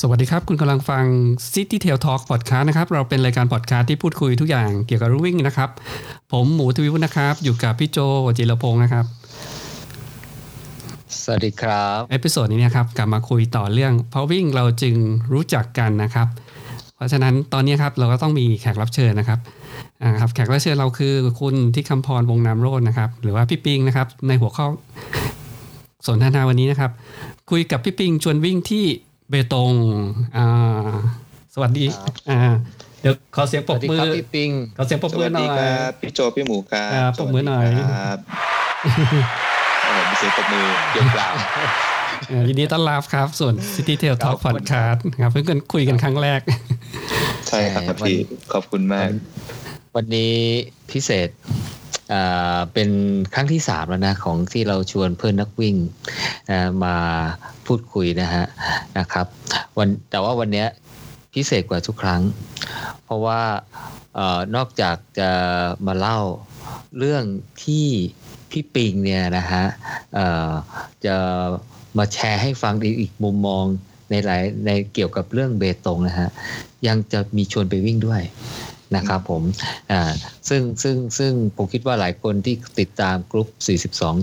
สวัสดีครับ คุณกำลังฟัง City Tail Talk Podcast นะครับ เราเป็นรายการ podcast ที่พูดคุยทุกอย่างเกี่ยวกับรูวิ่งนะครับ ผมหมูทวิวุฒินะครับ อยู่กับพี่โจจิรพงศ์นะครับ สวัสดีครับ เอพิโซดนี้เนะครับกลับมาคุยต่อเรื่อง เพราะวิ่งเราจึงรู้จักกันนะครับ เพราะฉะนั้นตอนนี้ครับเราก็ต้องมีแขกรับเชิญนะครับอ่าครับแขกรับเชิญเราคือคุณที่คำพรวงนามโรจน์นะครับ หรือว่าพี่ปิงนะครับ ในหัวข้อ สนทนาวันนี้นะครับ คุยกับพี่ปิงชวนวิ่งที่เบตงอ่าสวัสดี ครับ อ่าเดี๋ยวขอเสียง ส ปร วั บ สดี มื ค อ รับพี่ปิง ขอเสียงปรบ ส มื วั อ ส หน่อดีย ครับพี่โจพี่หมูครับ ครับปรบมือหน่อย สวัสดีครับโอ้โหมีเสียงปรบมือเกี่ยวกล่าว เอ่อยินดีต้อนรับครับ ส่วน City Tail Talk ครับ Podcast ครับเพิ่งกันคุยกันครั้งแรก ใช่ครับพี่ขอบคุณมาก วันนี้พิเศษอ่าเป็นครั้งที่สามแล้วนะ ของที่เราชวนเพื่อนนักวิ่งนะมาพูดคุยนะฮะนะครับวันแต่ว่าวันเนี้ยพิเศษกว่าทุกครั้ง เพราะว่าเออนอกจากจะมาเล่าเรื่องที่พี่ปิงเนี่ยนะฮะเอ่อจะมาแชร์ให้ฟังอีกอีกมุมมองในหลายในเกี่ยวกับเรื่องเบตงนะฮะยังจะมีชวนไปวิ่งด้วยนะครับผมอ่าซึ่งซึ่งซึ่งผมคิดว่าหลายคนที่ติดตามกรุ๊ป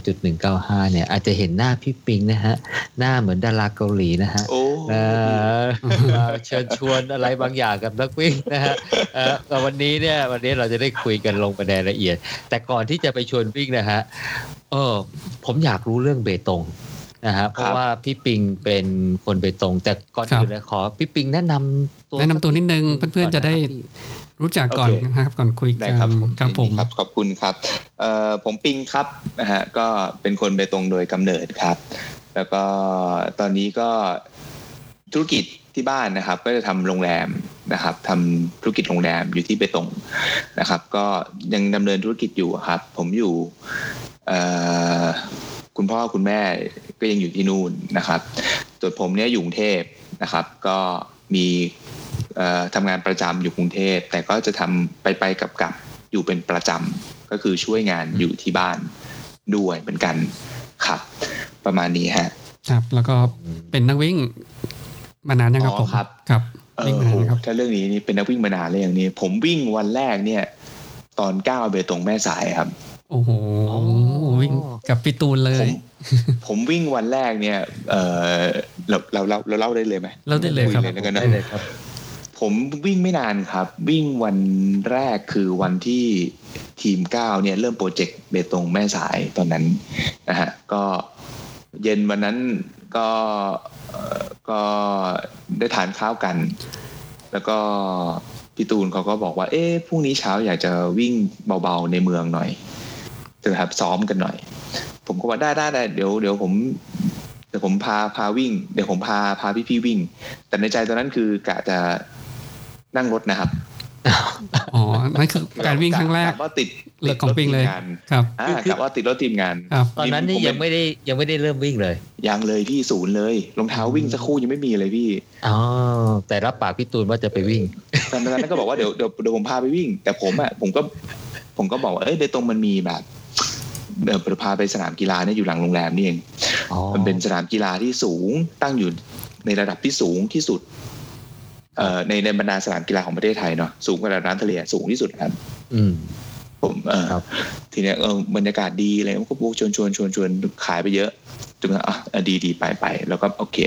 42.195 เนี่ยอาจจะเห็นหน้าพี่ปิงนะฮะหน้าเหมือนดาราเกาหลีนะฮะ โอ้ นะมาเชิญชวนอะไรบางอย่างกับนักวิ่งนะฮะเอ่อแต่วันนี้เนี่ยวันนี้เราจะได้คุยกันลงไปในรายละเอียด แต่ก่อนที่จะไปชวนวิ่งนะฮะเออผมอยากรู้เรื่องเบตงนะฮะเพราะว่าพี่ปิงเป็นคนเบตง แต่ก่อน ครับ อื่นเลยขอพี่ปิงแนะนำตัว แนะนำตัวนิดนึงเพื่อนๆจะได้รู้จักก่อนนะครับก่อนคุยกั ได้ น ครับผม ครับผม ครับขอบคุณครับเอ่อผมปิงครับนะฮะก็เป็นคนเบตงโดยกำเนิดครับ แล้วก็ตอนนี้ก็ธุรกิจที่บ้านนะครับ ก็จะทำโรงแรมนะครับทำธุรกิจโรงแรมอยู่ที่เบตงนะครับ ก็ยังดำเนินธุรกิจอยู่ครับ ผมอยู่เอ่อคุณพ่อคุณแม่ก็ยังอยู่ที่นู่นนะครับส่วนผมเนี่ยอยู่กรุงเทพนะครับ ก็มีเอ่อทำงานประจำอยู่กรุงเทพ แต่ก็จะทำไปไปๆกลับๆอยู่เป็นประจำก็คือช่วยงานอยู่ที่บ้านด้วยเหมือนกันครับ ประมาณนี้ฮะ ครับ แล้วก็เป็นนักวิ่งมานานยังครับ อ๋อ ผม ครับ ครับ เอ วิ่ง อ มานานนะครับ ถ้าเรื่องนี้นี่เป็นนักวิ่งมานานเลยอย่างนี้ผมวิ่งวันแรกเนี่ย ตอนก้าวไปตรงแม่สายครับ โอ้โหวิ่งกับพี่ตูนเล ผ ย ม ผมวิ่งวันแรกเนี่ย เออเราเราเราเราเล่าได้เลยไหม เล่าได้เลยครับ คุแล้วกันนะ ได้เลยครับ ผมวิ่งไม่นานครับ วิ่งวันแรกคือวันที่ทีมก้าวเนี่ยเริ่มโปรเจกต์เบตงแม่สายตอนนั้นนะฮะก็เย็นวันนั้นก็เอ่อก็ได้ทานข้าวกัน แล้วก็พี่ตูนเขาก็บอกว่า เอ๊ะพรุ่งนี้เช้าอยากจะวิ่งเบาๆในเมืองหน่อยนะครับซ้อมกันหน่อย ผมก็ว่าได้ได้ได้เดี๋ยวเดี๋ยวผมเดี๋ยวผมพาพาวิ่ง เดี๋ยวผมพาพาพี่พี่ๆวิ่ง แต่ในใจตอนนั้นคือกะจะนั่งรถนะครับ อ๋อ นั่นคือการวิ่งครั้งแรก ะว่าติด เลิกของวิ่งเลย ติดรถทีมงาน ครับ อ่ากะว่าติดรถทีมงาน ครับ ตอนนั้นนี่ ผมเป็ ยังไม่ได้ยังไม่ได้เริ่มวิ่งเลย ยังเลยพี่ศูนย์เลยรองเท้าวิ่งสักคู่ยังไม่มีเลยพี่ อ๋อแต่รับปากพี่ตูนว่าจะไปวิ่ง ตอนนั้นก็บอกว่าเดี๋ยวเดี๋ยวเดี๋ยวผมพาไปวิ่ง แต่ผมอ่ะผมก็ผมก็บอกว่าเอ้ยเบตงมันมีแบบเดี๋ยวพาไปสนามกีฬาเนี่ยอยู่หลังโรงแรมนี่เอง อ๋อ มันเป็นสนามกีฬาที่สูงตั้งอยู่ในระดับที่สูงที่สุดเอ่อในในบรรดาสนามกีฬาของประเทศไทยเนาะสูงกว่าระดับน้ำทะเลสูงที่สุดครับ อืม ผมเอ่อ ครับ ทีเนี้ยเออบรรยากาศดีเลยมันก็พวกชวนชวนชวนชวนขายไปเยอะจนกระทั่งอ่ะเออดีดีไปไปแล้วก็โอเค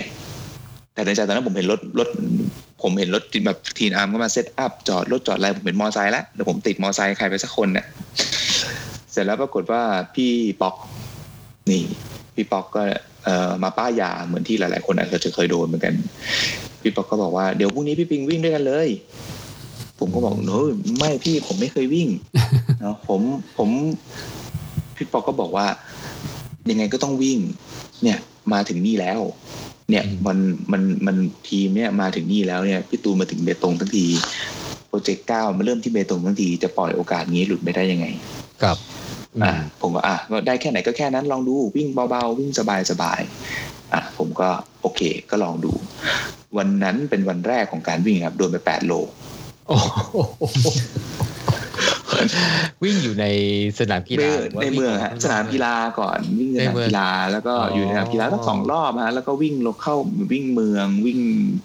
แต่ในใจตอนนั้นผมเห็นรถรถ ผมเห็นรถแบบทีนอาร์มก็มาเซตอัพจอดรถจอดอะไรผมเห็นมอไซค์แล้วเดี๋ยวผมติดมอไซค์ใครไปสักคนเนี่ยเสร็จแล้วปรากฏว่าพี่ป๊อก นี่ พี่ป๊อกก็เอ่อมาป้ายยาเหมือนที่หลาย ๆ คนอาจจะเคยโดนเหมือนกัน พี่ป๊อกก็บอกว่าเดี๋ยวพรุ่งนี้พี่ปิงวิ่งด้วยกันเลย ผมก็บอกเฮ้ยไม่พี่ผมไม่เคยวิ่ง เนาะผมผมพี่ปอกก็บอกว่า ยังไงก็ต้องวิ่ง เนี่ยมาถึงนี่แล้ว เนี่ย อืม มันมันมันทีมเนี่ยมาถึงนี่แล้วเนี่ยพี่ตูนมาถึงเบตงทั้งทีโปรเจกต์เก้ามาเริ่มที่เบตงทั้งทีจะปล่อยโอกาสนี้หลุดไม่ได้ยังไง กับ อ่ะผมก็อ่ะก็ได้แค่ไหนก็แค่นั้นลองดูวิ่งเบาๆวิ่งสบายๆอ่ะผมก็โอเคก็ลองดู วันนั้นเป็นวันแรกของการวิ่งครับโดนไปแปดโล โอ้โห วิ่งอยู่ในสนามกี ใน ฬาหรืว่า ในเมืองฮะ วิ่ สนามกีฬาก่อนวิ่งสนามกีฬาแล้วก็ อ๋อ อ อ ยู่ในสนามกีฬาตั้งสองรอบฮะแล้วก็วิ่งลงเข้าวิ่งเมืองวิ่ง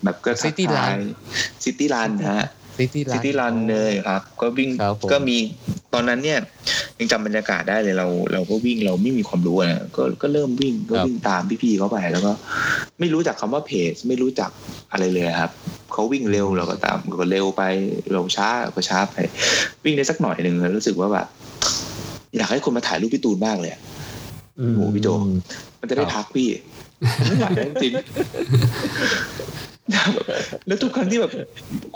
แบบก็ทักทายซิตี้รันฮะ ซิตี้รัน ซิตี้รันเลยครับ ก็วิ่ง ครับผม ก็มีตอนนั้นเนี่ยยังจำบรรยากาศได้เลยเรา เราก็วิ่งเราไม่มีความรู้อะนะก็ก็เริ่มวิ่งก็วิ่งตามพี่ๆเขาไปแล้วก็ ไม่รู้จักคำว่าเพจไม่รู้จักอะไรเลยครับเขาวิ่งเร็วเราก็ตามเราก็เร็วไปเราช้าเราก็ช้าไป วิ่งได้สักหน่อยหนึ่งแล้วรู้สึกว่าแบบอยากให้คนมาถ่ายรูปพี่ตูนมากเลยอะ อืม โอ้พี่โจ มันจะได้ ครับ พักพี่ไม่ไหวแล้วจริง ๆแล้วทุกครั้งที่แบบ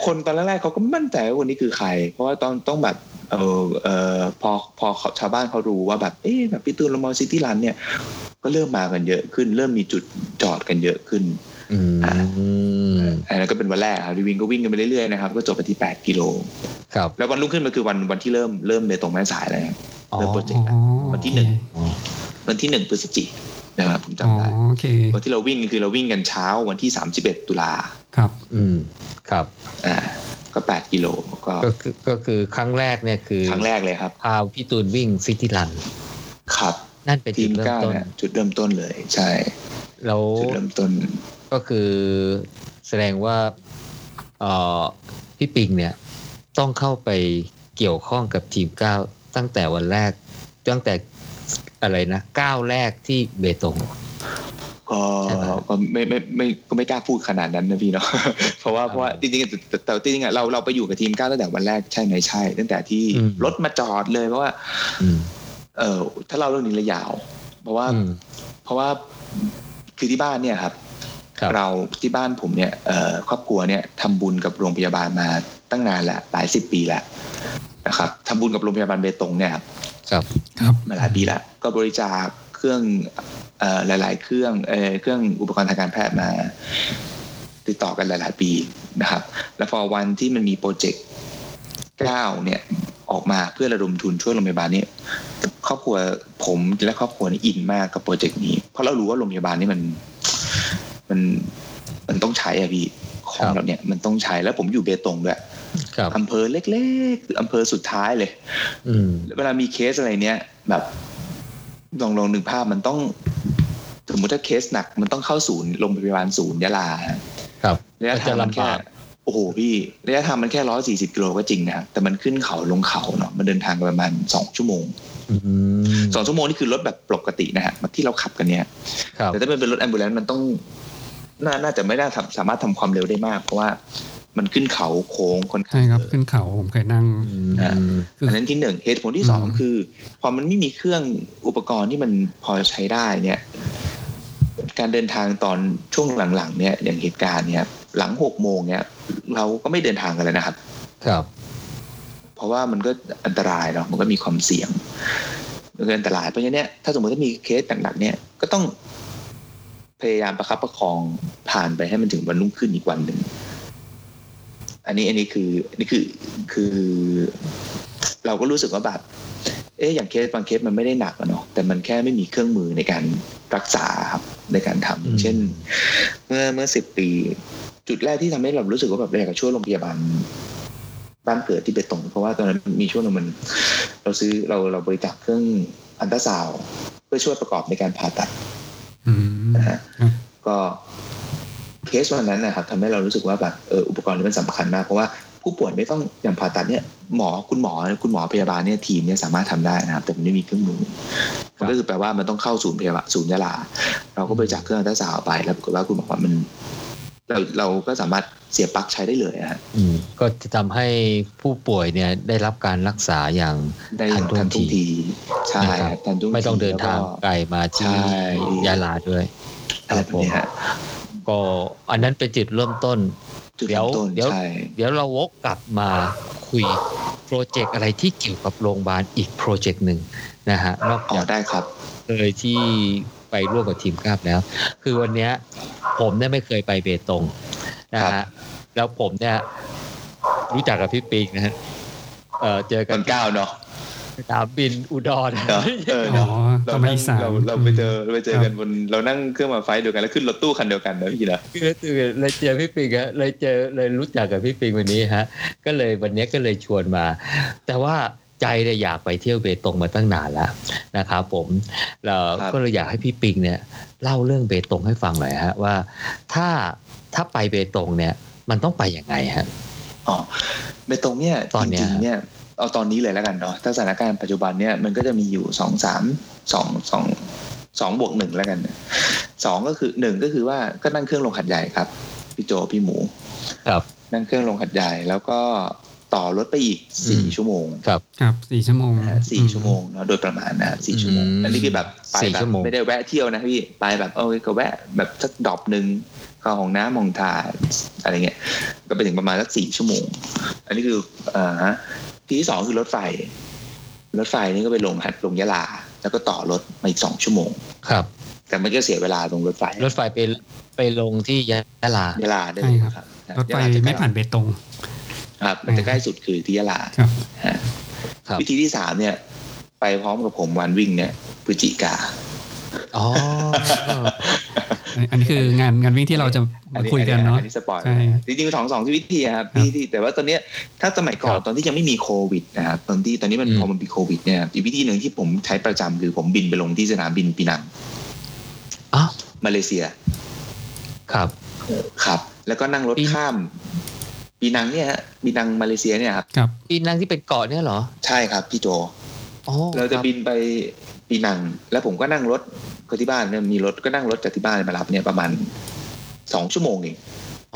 คนตอนแรกๆเขาก็มั่นใจว่าคนนี้คือใคร เพราะว่าต้องต้องแบบ เออเออพอพอเขาชาวบ้านเขารู้ว่าแบบ เอ๊ะแบบพี่ตูนละมอลซิตี้รันเนี่ย ก็เริ่มมากันเยอะขึ้น เริ่มมีจุดจอดกันเยอะขึ้น อืม อันนั้นก็เป็นวันแรกครับที่วิ่งก็วิ่งกันไปเรื่อยๆนะครับ ก็จบไปที่ 8 กิโล ครับ แล้ววันรุ่งขึ้นมันคือวันวันที่เริ่มเริ่มในตรงแม่สายเลยครับ อ๋อ เริ่มโปรเจกต์ อ๋อ วันที่หนึ่ง วันที่หนึ่งพฤศจิกายนนะครับผม อ๋อ จำได้ โอเค วันที่เราวิ่งคือเราวิ่งกันเช้าวันที่ 31 ตุลา ครับ อืมครับ อ่าก็ 8 กิโลก็ ก็คือก็คือครั้งแรกเนี่ยคือ ครั้งแรกเลยครับ พาพี่ตูนวิ่งซิตี้รัน ครับ นั่นเป็น ที จุด ม เริ่ม เก้า ต้น เนี่ยจุดเริ่มต้นเลย ใช่ แล้ว จุดเริ่มต้น ก็คือแสดงว่าเอ่อพี่ปิงเนี่ยต้องเข้าไปเกี่ยวข้องกับทีมเก้าตั้งแต่วันแรก ตั้งแต่อะไรนะก้าวแรกที่เบตง ก็ ใช่ไหม ก็ไม่ไม่ไม่ก็ไม่กล้าพูดขนาดนั้นนะพี่เนาะ เพราะว่าเพราะว่าจริงๆแต่แต่แต่จริงๆอะเราเราไปอยู่กับทีมเก้าตั้งแต่วันแรกใช่ไหมใช่ ตั้งแต่ที่รถมาจอดเลยเพราะว่า อืม เออถ้าเราเรื่องนี้ระยาว เพราะว่า อืม เพราะว่าคือที่บ้านเนี่ยครับ ครับ เราที่บ้านผมเนี่ยเอ่อครอบครัวเนี่ยทำบุญกับโรงพยาบาลมาตั้งนานละหลายสิบปีละนะครับทำบุญกับโรงพยาบาลเบตงเนี่ยครับ ครับ ครับ มาหลายปีละก็บริจาคเครื่องเอ่อหลาย ๆ เครื่องเอ่อเครื่องอุปกรณ์ทางการแพทย์มา ติดต่อกันหลาย ๆ ปีนะครับ แล้วพอวันที่มันมีโปรเจกต์เก้าเนี่ยออกมาเพื่อระดมทุนช่วยโรงพยาบาลเนี่ยครอบครัวผมและครอบครัวนี่อินมากกับโปรเจกต์นี้ เพราะเรารู้ว่าโรงพยาบาลนี่มัน มันมันต้องใช้อะพี่ของแบบเนี้ยมันต้องใช้แล้วผมอยู่เบตงด้วย ครับ อำเภอเล็กๆอำเภอสุดท้ายเลย อืม เวลามีเคสอะไรเนี้ยแบบลองลองนึกภาพมันต้องสมมติถ้าเคสหนัก มันต้องเข้าศูนย์โรงพยาบาลศูนย์ยะลาฮะ ครับ ระยะ ก็ ทา จะ งมัน ลำ แค่ บาก โอ้โหพี่ระยะทางมันแค่ร้อยสี่สิบกิโลก็จริงนะครับแต่มันขึ้นเขาลงเขาเนาะมันเดินทางกันประมาณสองชั่วโมง อืม สองชั่วโมงนี่คือรถแบบปกตินะฮะที่เราขับกันเนี่ย ครับ แต่ถ้ามันเป็นรถแอมบูเลนต์มันต้องน่าน่าจะไม่น่าทำสามารถทำความเร็วได้มาก เพราะว่ามันขึ้นเขาโค้งค่อนข้าง ใช่ครับขึ้นเขาผมเคยนั่ง อืม อ่า คืออั อันนั้นที่หนึ่งเหตุผลที่สอง อืม คือ พอมันไม่มีเครื่องอุปกรณ์ที่มันพอใช้ได้เนี่ย การเดินทางตอนช่วงหลังๆเนี่ยอย่างเหตุการณ์เนี่ยหลังหกโมงเนี่ย เราก็ไม่เดินทางกันแล้วนะครับ ครับ เพราะว่ามันก็อันตรายเนาะมันก็มีความเสี่ยงมันก็อันตรายเพราะฉะนั้นเนี่ยถ้าสมมติถ้ามีเคสหนักๆเนี่ยก็ต้องพยายามประคับประคองผ่านไปให้มันถึงวันรุ่งขึ้นอีกวันหนึ่งอันนี้อันนี้คืออันนี้คือคือ เราก็รู้สึกว่าแบบเอ๊ะอย่างเคสบางเคสมันไม่ได้หนักอะเนาะแต่มันแค่ไม่มีเครื่องมือในการรักษาครับในการทำ อืม เช่น เมื่อเมื่อสิบปี จุดแรกที่ทำให้เรารู้สึกว่าแบบเราอยากจะช่วยโรงพยาบาล บ้านเกิดที่เบตงเพราะว่าตอนนั้นมีช่วงหนึงมัน เราซื้อเราเราบริจาคเครื่องอันตราซาวด์เพื่อช่วยประกอบในการผ่าตัด อืม นะฮะ ครับ ก็เคสวันนั้นนะครับทำให้เรารู้สึกว่าแบบเอออุปกรณ์นี้มันสำคัญมากเพราะว่าผู้ป่วยไม่ต้องอย่างผ่าตัดเนี่ยหมอคุณหมอคุณหมอพยาบาลเนี่ยทีมเนี่ยสามารถทำได้นะครับ แต่มันไม่มีเครื่องมือ ครับ มันก็คือแปลว่ามันต้องเข้าศูนย์พยาบาลศูนย์ยาลา เราก็บริจาคเครื่องอัลตราซาวด์ไปแล้วปรากฏว่าคุณหมอว่ามัน เราเราก็สามารถเสียบปลั๊กใช้ได้เลยอะฮะ อืมก็จะทำให้ผู้ป่วยเนี่ยได้รับการรักษาอย่าง ได้ ทันท่วง นท่วง ที ทีใช่ นะครับ ทันท่วงที ไม่ต้องเดินทาง แล้วก็ ไกลมาที่ ใช่ ยาลาด้วย อะไรแบบนี้ฮะ ก็อันนั้นเป็นจุดเริ่มต้น จุดเริ่มต้น เดี๋ยว ใช่ เดี๋ยวเราวกกลับมาคุยโปรเจกต์อะไรที่เกี่ยวกับโรงพยาบาลอีกโปรเจกต์หนึ่งนะฮะนอก อ๋อ จาก ได้ครับ เคยที่ไปร่วมกับทีมกราบแล้ว คือวันเนี้ยผมเนี่ยไม่เคยไปเบตงนะ ครั ฮะ บ แล้วผมเนี่ยรู้จักกับพี่ปิงนะฮะเออเจอกั วัน นเก้าเนาะ สนามบินอุดร เนอะเออ อ๋ เนาะ อ เรา ทำไม นั่ง อีสาน เราเราไปเจอเราไปเจอกันบนเรานั่งเครื่องมาไฟล์เดียวกันแล้วขึ้นรถตู้คันเดียวกันนะพี่นะ คือตื่นเลยเจอพี่ปิงฮะเลยเจอเลยรู้จักกับพี่ปิงวันนี้ฮะ ก็เลยวันนี้ก็เลยชวนมา แต่ว่า ใจเนี่ยอยากไปเที่ยวเบตงมาตั้งนานแล้วนะครับผมเรา ครับ ก็เลยอยากให้พี่ปิงเนี่ยเล่าเรื่องเบตงให้ฟังหน่อยฮะว่าถ้าถ้าไปเบตงเนี่ยมันต้องไปยังไงฮะ อ๋อเบตงเนี่ย ตอน จ เนี้ย ริงๆเนี่ยเอาตอนนี้เลยแล้วกันเนาะถ้าสถานการณ์ปัจจุบันเนี่ยมันก็จะมีอยู่สองสามสองสองสองบวกหนึ่งแล้วกันสองก็คือหนึ่งก็คือว่าก็นั่งเครื่องลงขัดใหญ่ครับพี่โจพี่หมู ครับ นั่งเครื่องลงขัดใหญ่แล้วก็ต่อรถไปอีกสี่ อืม ชั่วโมง ครับสี่ชั่วโมง นะฮะสี่ชั่วโมงเนาะโดยประมาณนะฮะสี่ชั่วโมง อืม อันนี้คือแบบไป สี่ แบ ชั่ บ วโมง ไม่ได้แวะเที่ยวนะพี่ไปแบบเออก็แวะแบบสักดรอบหนึ่งเข้าห้องน้ำห้องถ่ายอะไรเงี้ยก็ไปถึงประมาณสักสี่ชั่วโมง อันนี้คืออ่าฮะทีที่สองคือรถไฟ รถไฟนี่ก็ไปลงหัดลงยะลา แล้วก็ต่อรถมาอีกสองชั่วโมง ครับ แต่มันก็เสียเวลาตรงรถไฟ รถไฟไปไปลงที่ยะลา ยะลาได้เลยนะครับ รถไฟ ยะลจะใกล้ ไม่ผ่านเบตง ครับมันจะใกล้สุดคือที่ยะลา ครับ ครับ วิธีที่สามเนี่ย ไปพร้อมกับผมวันวิ่งเนี่ยพฤศจิกา อ๋อ อันนี้คืองานงานวิ่งที่เราจะมาคุยกันเนาะ อันนี้สปอยล์ ใช่ จริงๆสองสองวิธีครับ ครับ ที่ที่แต่ว่าตอนเนี้ยถ้าสมัยก่อน ครับ ตอนที่ยังไม่มีโควิดนะครับตอนที่ตอนนี้มัน อืม พอมันมีโควิดเนี่ยอีกวิธีหนึ่งที่ผมใช้ประจำคือผมบินไปลงที่สนามบินปีนัง อ๋อ มาเลเซีย ครับ ครับ แล้วก็นั่งรถ ปีน ข้ามปีนังเนี่ยฮะปีนังมาเลเซียเนี่ยครับ ปีนังที่เป็นเกาะเนี่ยเหรอ ใช่ครับพี่โจ อ๋อ เราจะ คบ บินไปปีนัง แล้วผมก็นั่งรถก็ที่บ้านเนี่ยมีรถก็นั่งรถจากที่บ้านมารับเนี่ยประมาณสองชั่วโมงเอง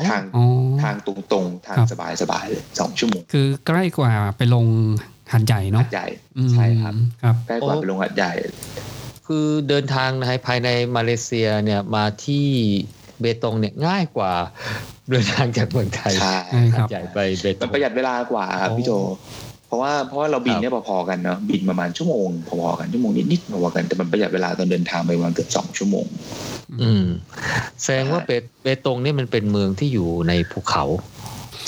อ๋อ ทาง อ๋อ ทางตรงๆทาง ครับ สบายๆเลยสองชั่วโมง คือใกล้กว่าไปลงหันใหญ่เนาะ ใหญ่ อืม ใช่ครับ ครับ ใกล้กว่า โอ้ ไปลงหัดใหญ่ คือเดินทางในภายในมาเลเซียเนี่ยมาที่เบตงเนี่ยง่ายกว่า เดินทางจากเมืองไทย ใช่ ใช่ค หา รั ด บ ใหญ่ไปเบต มัน ง ประหยัดเวลากว่าครับ โอ้ พี่โจ เพราะว่าเพราะว่าเราบินเนี่ยพอๆกันเนาะบินประมาณชั่วโมงพอๆกันชั่วโมงนิดๆพอๆกันแต่มันประหยัดเวลาตอนเดินทางไปประมาณเกือบสองชั่วโมง ืมแสดงว่าเบตเบตงเนี่ยมันเป็นเมืองที่อยู่ในภูเขา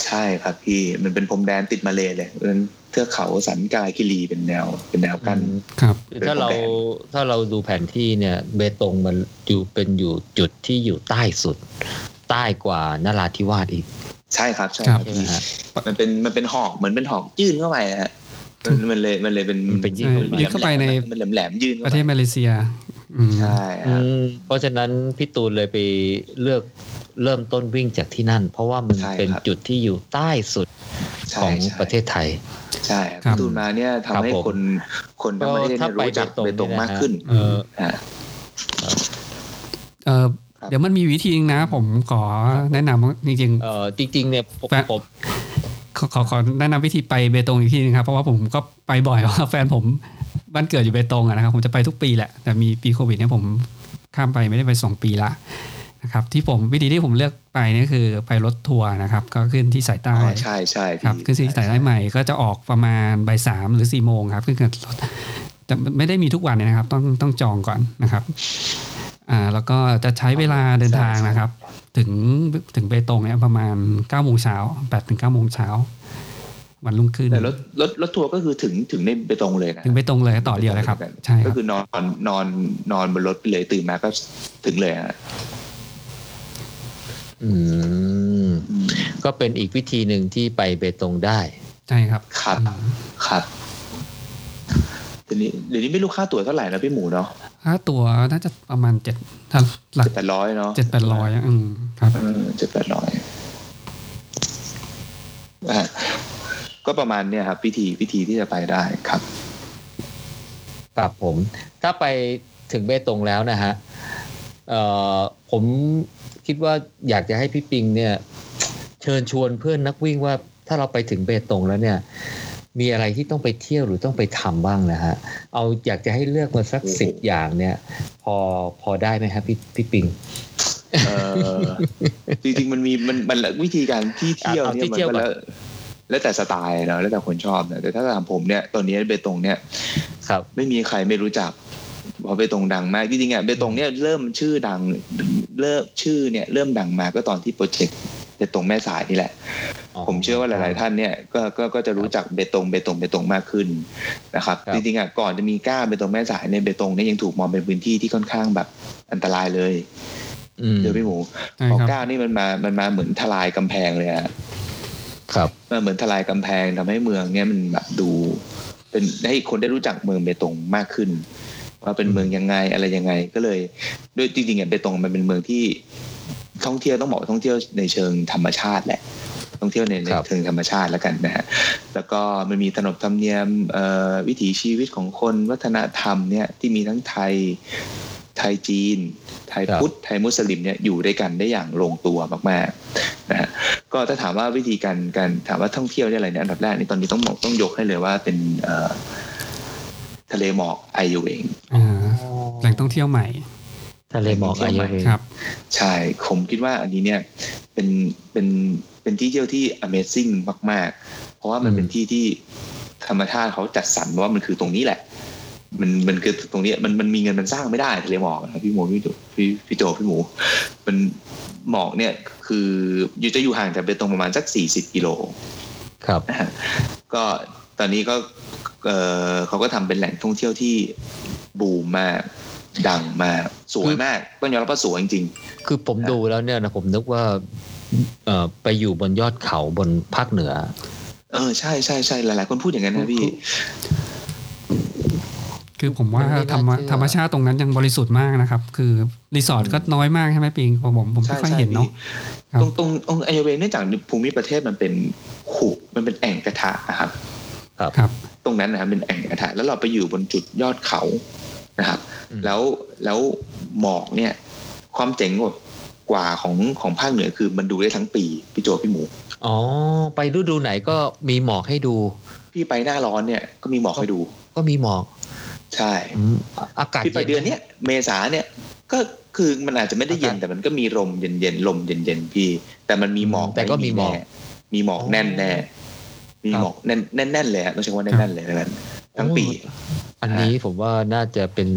ใช่ครับพี่มันเป็นพรมแดนติดมาเลยเลยเพราะฉะนั้นเทือกเขาสันกาคิรีเป็นแนวเป็นแนวกั้น ครับ ถ้าเรา เป็นภูเขา ถ้าเราดูแผนที่เนี่ยเบตงมันอยู่เป็นอยู่จุดที่อยู่ใต้สุด ใต้กว่านราธิวาสอีก ใช่ครับใช่คครัรับ บ ใช่ไหม พี่ ฮะ มันเป็นมันเป็นหอกเหมือนเป็นหอกยื่นเข้าไปนะฮะมันมันเลยมันเลยเป็น มันเป็นยื่นเข้าไป มั ยื่นเข้าไปใน มันแหลมๆมันแหลมๆยื่น ป เข้า ระ ไป เทศมาเลเซีย อืม ใช่ค อื รับ มเพราะฉะนั้นพี่ตูนเลยไปเลือกเริ่มต้นวิ่งจากที่นั่น เพราะว่ามัน ใช่ครับ เป็นจุดที่อยู่ใต้สุด ใช่ ของ ใช่ ประเทศไทย ใช่ครับพี่ตูนมาเนี่ยทำให้ ครับผม คนคนทั้งประเทศ ก็ถ้า เนี่ไปยรู้จัก เบตง เบตง เนี่ยนะ มากขึ้น เออ ฮะ เออ ครับ เดี๋ยวมันมีวิธีนึงนะ ผมขอแนะนำว่าจริง เออจริงๆเนี่ยผม แฟน ผม ๆขอขอขอแนะนำวิธีไปเบตงอีกทีนึงครับเพราะว่าผมก็ไปบ่อยเพราะว่าแฟนผมบ้านเกิดอยู่เบตงอะนะครับ ผมจะไปทุกปีแหละ แต่มีปีโควิดเนี่ยผมข้ามไปไม่ได้ไปสองปีละนะครับ ที่ผมวิธีที่ผมเลือกไปเนี่ยคือไปรถทัวร์นะครับ ก็ขึ้นที่สายใต้ อ๋อใช่ใช่ ครับ พี่ ขึ้นสีสายได้ใหม่ก็จะออกประมาณบ่ายสามหรือสี่โมงครับขึ้นกับรถแต่ไม่ได้มีทุกวันเนี่ยนะครับ ต้องต้องจองก่อนนะครับอ่าแล้วก็จะใช้เวลาเดินทางนะครับ ถึงถึงเบตงเนี่ยประมาณ9ก้าโมงเช้าแปดถึงเก้าโมงเช้าวันรุ่งขึ้น แต่รถรถรถทัวร์ก็คือถึงถึงในเบตงเลยนะ ถึงเบตงเลยต่อเดียวเลยครับ ใช่ค ก็ รับ คือนอนนอนนอนบนรถไปเลยตื่นมาก็ถึงเลยฮะ อืม อืม ก็เป็นอีกวิธีหนึ่งที่ไปเบตงได้ ใช่ครับ ครับ อืม ครับเดี๋ยวนี้เดี๋ยวนี้ไม่รู้ค่าตั๋วเท่าไหร่นะพี่หมูเนาะ ค่าตั๋วน่าจะประมาณเจ็ดหลัก เจ็ดแปดร้อยเนาะ เจ็ดแปดร้อยอืมครับ เจ็ดแปดร้อยก็ประมาณเนี่ยครับ วิธีวิธีที่จะไปได้ครับ ครับผม ถ้าไปถึงเบตงแล้วนะฮะเอ่อผมคิดว่าอยากจะให้พี่ปิงเนี่ย เชิญชวนเพื่อนนักวิ่งว่าถ้าเราไปถึงเบตงแล้วเนี่ย มีอะไรที่ต้องไปเที่ยวหรือต้องไปทำบ้างนะฮะเอาอยากจะให้เลือกมาสัก โอ้โห สิบอย่างเนี่ย พอพอได้ไหมครับพี่พี่ปิง เอ อจริงๆมันมีมันมันวิธีการที่เที่ยว เอา เนี่ ที่ ยมัน เที่ยว ก็ ก่อน แล้วแล้วแต่สไตล์เนาะแล้วแต่คนชอบเนอะแต่ถ้าถามผมเนี่ยตอนนี้เบตงเนี่ย ครับ ไม่มีใครไม่รู้จักเพราะเบตงดังมากจริงๆอ่ะเบตงเนี่ยเริ่มชื่อดังเริ่มชื่อเนี่ยเริ่มดังมาก็ตอนที่โปรเจกต์เบตงแม่สายนี่แหละ ผมเชื่อว่าหลาย ๆ ท่านเนี่ยก็ก็ก็จะรู้จักเบตงเบตงเบตงมากขึ้นนะครับ ครับ จริงๆอ่ะก่อนจะมีก้าเบตงแม่สายในยเบตงเนี่ยยังถูกมองเป็นพื้นที่ที่ค่อนข้างแบบอันตรายเลย อืม เดี๋ยวพี่หมู ใช่ พอ ครับ ก้าวนี่มันมามันมาเหมือนทลายกำแพงเลยฮะ ครับ มันเหมือนทลายกำแพงทำให้เมืองเนี่ยมันแบบดู เป็นให้คนได้รู้จักเมืองเบตงมากขึ้น ว่าเป็นเมืองยังไงอะไรยังไงก็เลยด้วยจริงๆเนี่ยเบตงมันเป็นเมืองที่ท่องเที่ยวต้องบอกว่าท่องเที่ยวในเชิงธรรมชาติแหละ ท่องเที่ยวในใน ครับ เชิงธรรมชาติแล้วกันนะฮะแล้วก็มันมีขนบธรรมเนียมเอ่อวิถีชีวิตของคนวัฒนธรรมเนี่ยที่มีทั้งไทยไทยจีน ไทยพุทธไทยมุสลิมเนี่ยอยู่ด้วยกันได้อย่างลงตัวมากๆนะฮะ ก็ถ้าถามว่าวิธีการการถามว่าท่องเที่ยวได้อะไรเนี่ยอันดับแรกนี่ตอนนี้ต้องบอกต้องยกให้เลยว่าเป็นเอ่อทะเลหมอกไอยูเอง อ่าแหล่งท่องเที่ยวใหม่ ทะเลหมอกอายุเอง ครับ ใช่ผมคิดว่าอันนี้เนี่ยเป็นเป็นเป็นที่เที่ยวที่ Amazing มาก ๆ เพราะว่ามัน อืม เป็นที่ที่ธรรมชาติเขาจัดสรรว่ามันคือตรงนี้แหละ มันมันคือตรงนี้มันมันมีเงินมันสร้างไม่ได้ทะเลหมอกนะพี่หมูพี่โจพี่พี่โจพี่หมู มันหมอกเนี่ยคืออยู่จะอยู่ห่างจากเบตงประมาณสักสี่สิบกิโล ครับ ก็ตอนนี้ก็เอ่อเขาก็ทำเป็นแหล่งท่องเที่ยวที่บูมมากดังมากสวยมากต้องยอมรับว่าสวยจริง คือผมดูแล้วเนี่ยนะผมนึกว่าเอ่อไปอยู่บนยอดเขาบนภาคเหนือ ๆ เออใช่ใช่ใช่หลายๆ คนพูดอย่างนั้นนะพี่ คือผมว่า ไม่น่า ธรรมะ เชื่อ ธรรมชาติตรงนั้นยังบริสุทธิ์มากนะครับ คือรีสอร์ทก็น้อยมากใช่ไหมปิงผมผมผม ใช่ ไม่ค่อย ใช่ เห็นเนาะ ครับ ตรงตรงตรงไอเวเนื่องจากภูมิประเทศมันเป็นขุมันเป็นแอ่งกระทะนะครับ ครับ ตรงนั้นนะครับเป็นแอ่งกระทะแล้วเราไปอยู่บนจุดยอดเขานะครับ อืม แล้วแล้วหมอกเนี่ย ความเจ๋งกว่าของของภาคเหนือคือมันดูได้ทั้งปีพี่โจพี่หมู อ๋อ ไปฤดูไหนก็มีหมอกให้ดู พี่ไปหน้าร้อนเนี่ยก็มีหมอกให้ดู ก็มีหมอก ใช่ อืมอากาศ พี่ไปเดือนเนี้ยเมษาเนี่ยก็คือมันอาจจะไม่ได้เย็นแต่มันก็มีลมเย็นๆลมเย็นๆพี่ แต่มันมีหมอก แต่ก็มีหมอก แน่มีหมอกแน่นแน่มีหมอกแน่นแน่นๆเลยฮะต้องใช้คำว่าแน่นๆเลยแล้วกันทั้งปี โอ้อันนี้ผมว่าน่าจะเป็น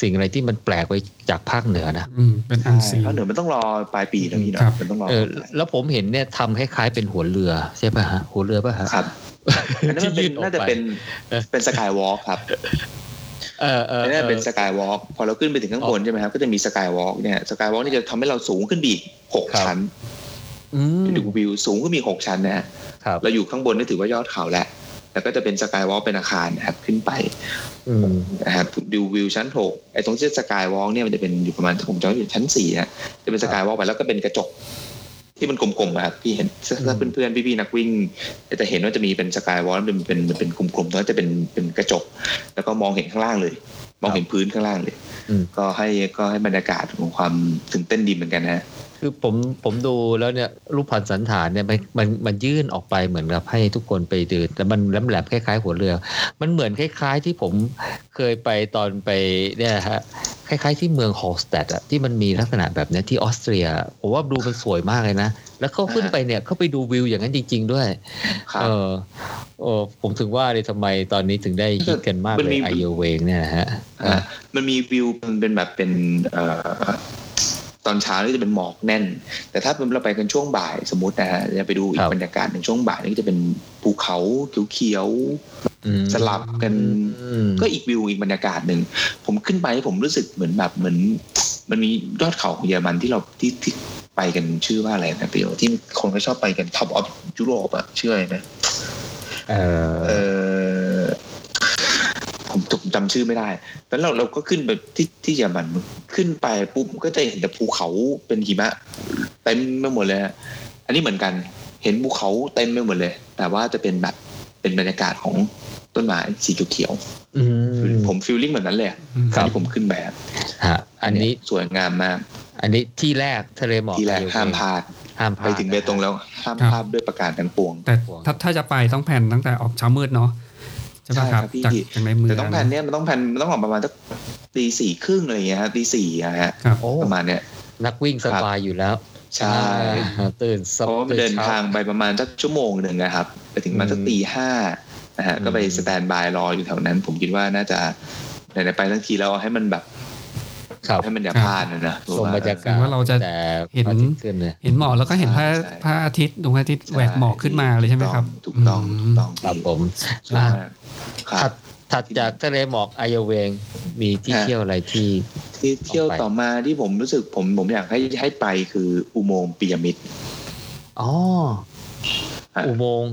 สิ่งอะไรที่มันแปลกไปจากภาคเหนือนะ อืมเป็นอันซี ใช่เพราะเหนือมันต้องรอปลายปีนะพี่เนาะ ครับ มันต้องรอ เออ แล้วผมเห็นเนี่ยทำคล้ายๆเป็นหัวเรือใช่ป่ะฮะ หัวเรือป่ะฮะ ครับอันนั้นมัน ที่ เป็ ยื่ น นออกไป น่าจะเป็น เออ เป็นสกายวอล์กครับ เออเออ อัน เอ นั่น อ เป็นสกายวอล์กพอเราขึ้นไปถึงข้างบนใช่ไหมครับก็จะมีสกายวอล์กเนี่ยสกายวอล์กนี่จะทำให้เราสูงขึ้นไปอีกหก ครับ ชั้น อืม ดูวิวสูงขึ้นไปอีกหกชั้นนะฮะ ครับ เราอยู่ข้างบนนี่ถือว่ายอดเขาแล้วแล้วก็จะเป็นสกายวอล์กเป็นอาคารนะครับขึ้นไป อืม นะครับดูวิวชั้นหกไอ้ตรงที่สกายวอล์กเนี่ยมันจะเป็นอยู่ประมาณผมจำไม่ผิดชั้นสี่นะจะเป็นสกายวอล์กไปแล้วก็เป็นกระจก ที่มันกลมๆนะครับพี่เห็นถ้าเพื่อนๆพี่ๆนักวิ่งจะเห็นว่าจะมีเป็นสกายวอล์กเป็นเป็นเป็นกลมๆแล้วจะเป็นเป็นกระจก แล้วก็มองเห็นข้างล่างเลย มองเห็นพื้นข้างล่างเลย อืม ก็ให้ก็ให้บรรยากาศของความตื่นเต้นดีเหมือนกันนะ คือผมผมดูแล้วเนี่ยรูปพันสันฐานเนี่ยมันมันมันยื่นออกไปเหมือนกับให้ทุกคนไปเดืนแต่มันแหลมแหลมๆคล้าย ๆ หัวเรือ มันเหมือนคล้าย ๆ ที่ผมเคยไปตอนไปเนี่ยฮะคล้าย ๆ ที่เมืองฮอลสแตดอะที่มันมีลักษณะแบบเนี้ยที่ออสเตรียผมว่าดูมันสวยมากเลยนะ แล้วเขาขึ้นไปเนี่ยเขาไปดูวิวอย่างนั้นจริง ๆ ด้วย ครับ เออเออผมถึงว่าเลยทำไมตอนนี้ถึงได้ฮิตกันมาก มัน เล มี ยไอเยเวงเนี่ยนะฮะ อ่ะมันมีวิวมันเป็นแบบเป็นเอ่อตอนเช้านี่จะเป็นหมอกแน่น แต่ถ้าเป็นเราไปกันช่วงบ่ายสมมตินะฮะจะไปดูอีกบรรยากาศหนึ่งช่วงบ่ายนี่ก็จะเป็นภูเขาเขียว อืม ๆสลับกัน อืม ก็อีกวิวอีกบรรยากาศหนึ่งผมขึ้นไปผมรู้สึกเหมือนแบบเหมือน มันมียอดเขาของเยอรมันที่เราที่ที่ไปกันชื่อว่าอะไรนะเปียวที่คนก็ชอบไปกันท็อปออฟยุโรปอะชื่ออะไรนะ เอ เอ อ อผมผมจำชื่อไม่ได้ แล้วเราเราก็ขึ้นไปที่ที่เยอรมันขึ้นไปปุ๊บก็จะเห็นแต่ภูเขาเป็นหิมะเต็มไปหมดเลยฮะอันนี้เหมือนกัน เห็นภูเขาเต็มไปหมดเลย แต่ว่าจะเป็นแบบเป็นบรรยากาศของต้นไม้สีเขียว อืม ๆผมฟิลลิ่งแบบนั้นเลยอะ อืม ครั ตอบนที่ผมขึ้นไปอะ ฮะอันนี้ สวยงามมาก อันนี้ที่แรกทะเลหมอก ที่แรก ไอโอเค ห้ามพลาด ห้ามพลา ไป ด ถึงเบตนะงฮะ แล้วห้าม ครับ พลาดด้วยประการทั้งปวง แต่ถ้าถ้าจะไปต้องแผนตั้งแต่ออกเช้ามืดเนาะใช่ปะคใช่ครั รั บบ พี่ จากจากในเมือง แต่ต้องแพลนเนี่ยมันต้องแพลนมันต้องออกประมาณสักตีสี่ครึ่งอะไรอย่างเงี้ยฮะตีสี่อะฮะ ครับ โอ้ ประมาณเนี้ย นักวิ่งสบายอยู่แล้ว ใช่ อ่าตื่นส เพราะว่ามันเดิน ช้ ทางไปประมาณสักชั่วโมงหนึ่งนะครับ ไปถึงประมาณสัก อืม ตีห้านะฮะ อืม ก็ไปสแตนบายรออยู่แถวนั้น ผมคิดว่าน่าจะไหนๆไปทั้งทีแล้วให้มันแบบ ครับ ให้มันอย่าพลาดนะนะ ชมบรรยา เพ กาศ ผมว่าเราจะ แต่ เห็น พระอาทิตย์ขึ้นเนี่ย เห็นหมอกแล้วก็เห็นพระ ใช่ใช่ พระอาทิตย์ดวงอาทิตย์แหวกหมอกขึ้นมาเลยใช่ไหมครับ ถูกต้องถูกต้อง ครับผม ถูกต้อง อ่า ครับ ถัดถัดจากทะเลหมอกไอโอเวงมีที่ ฮะ เที่ยวอะไรที่ ที่เที่ยวต่อมาที่ผมรู้สึกผมผมอยากให้ให้ไปคืออุโมงค์พีระมิด อ๋อ ฮะ อุโมงค์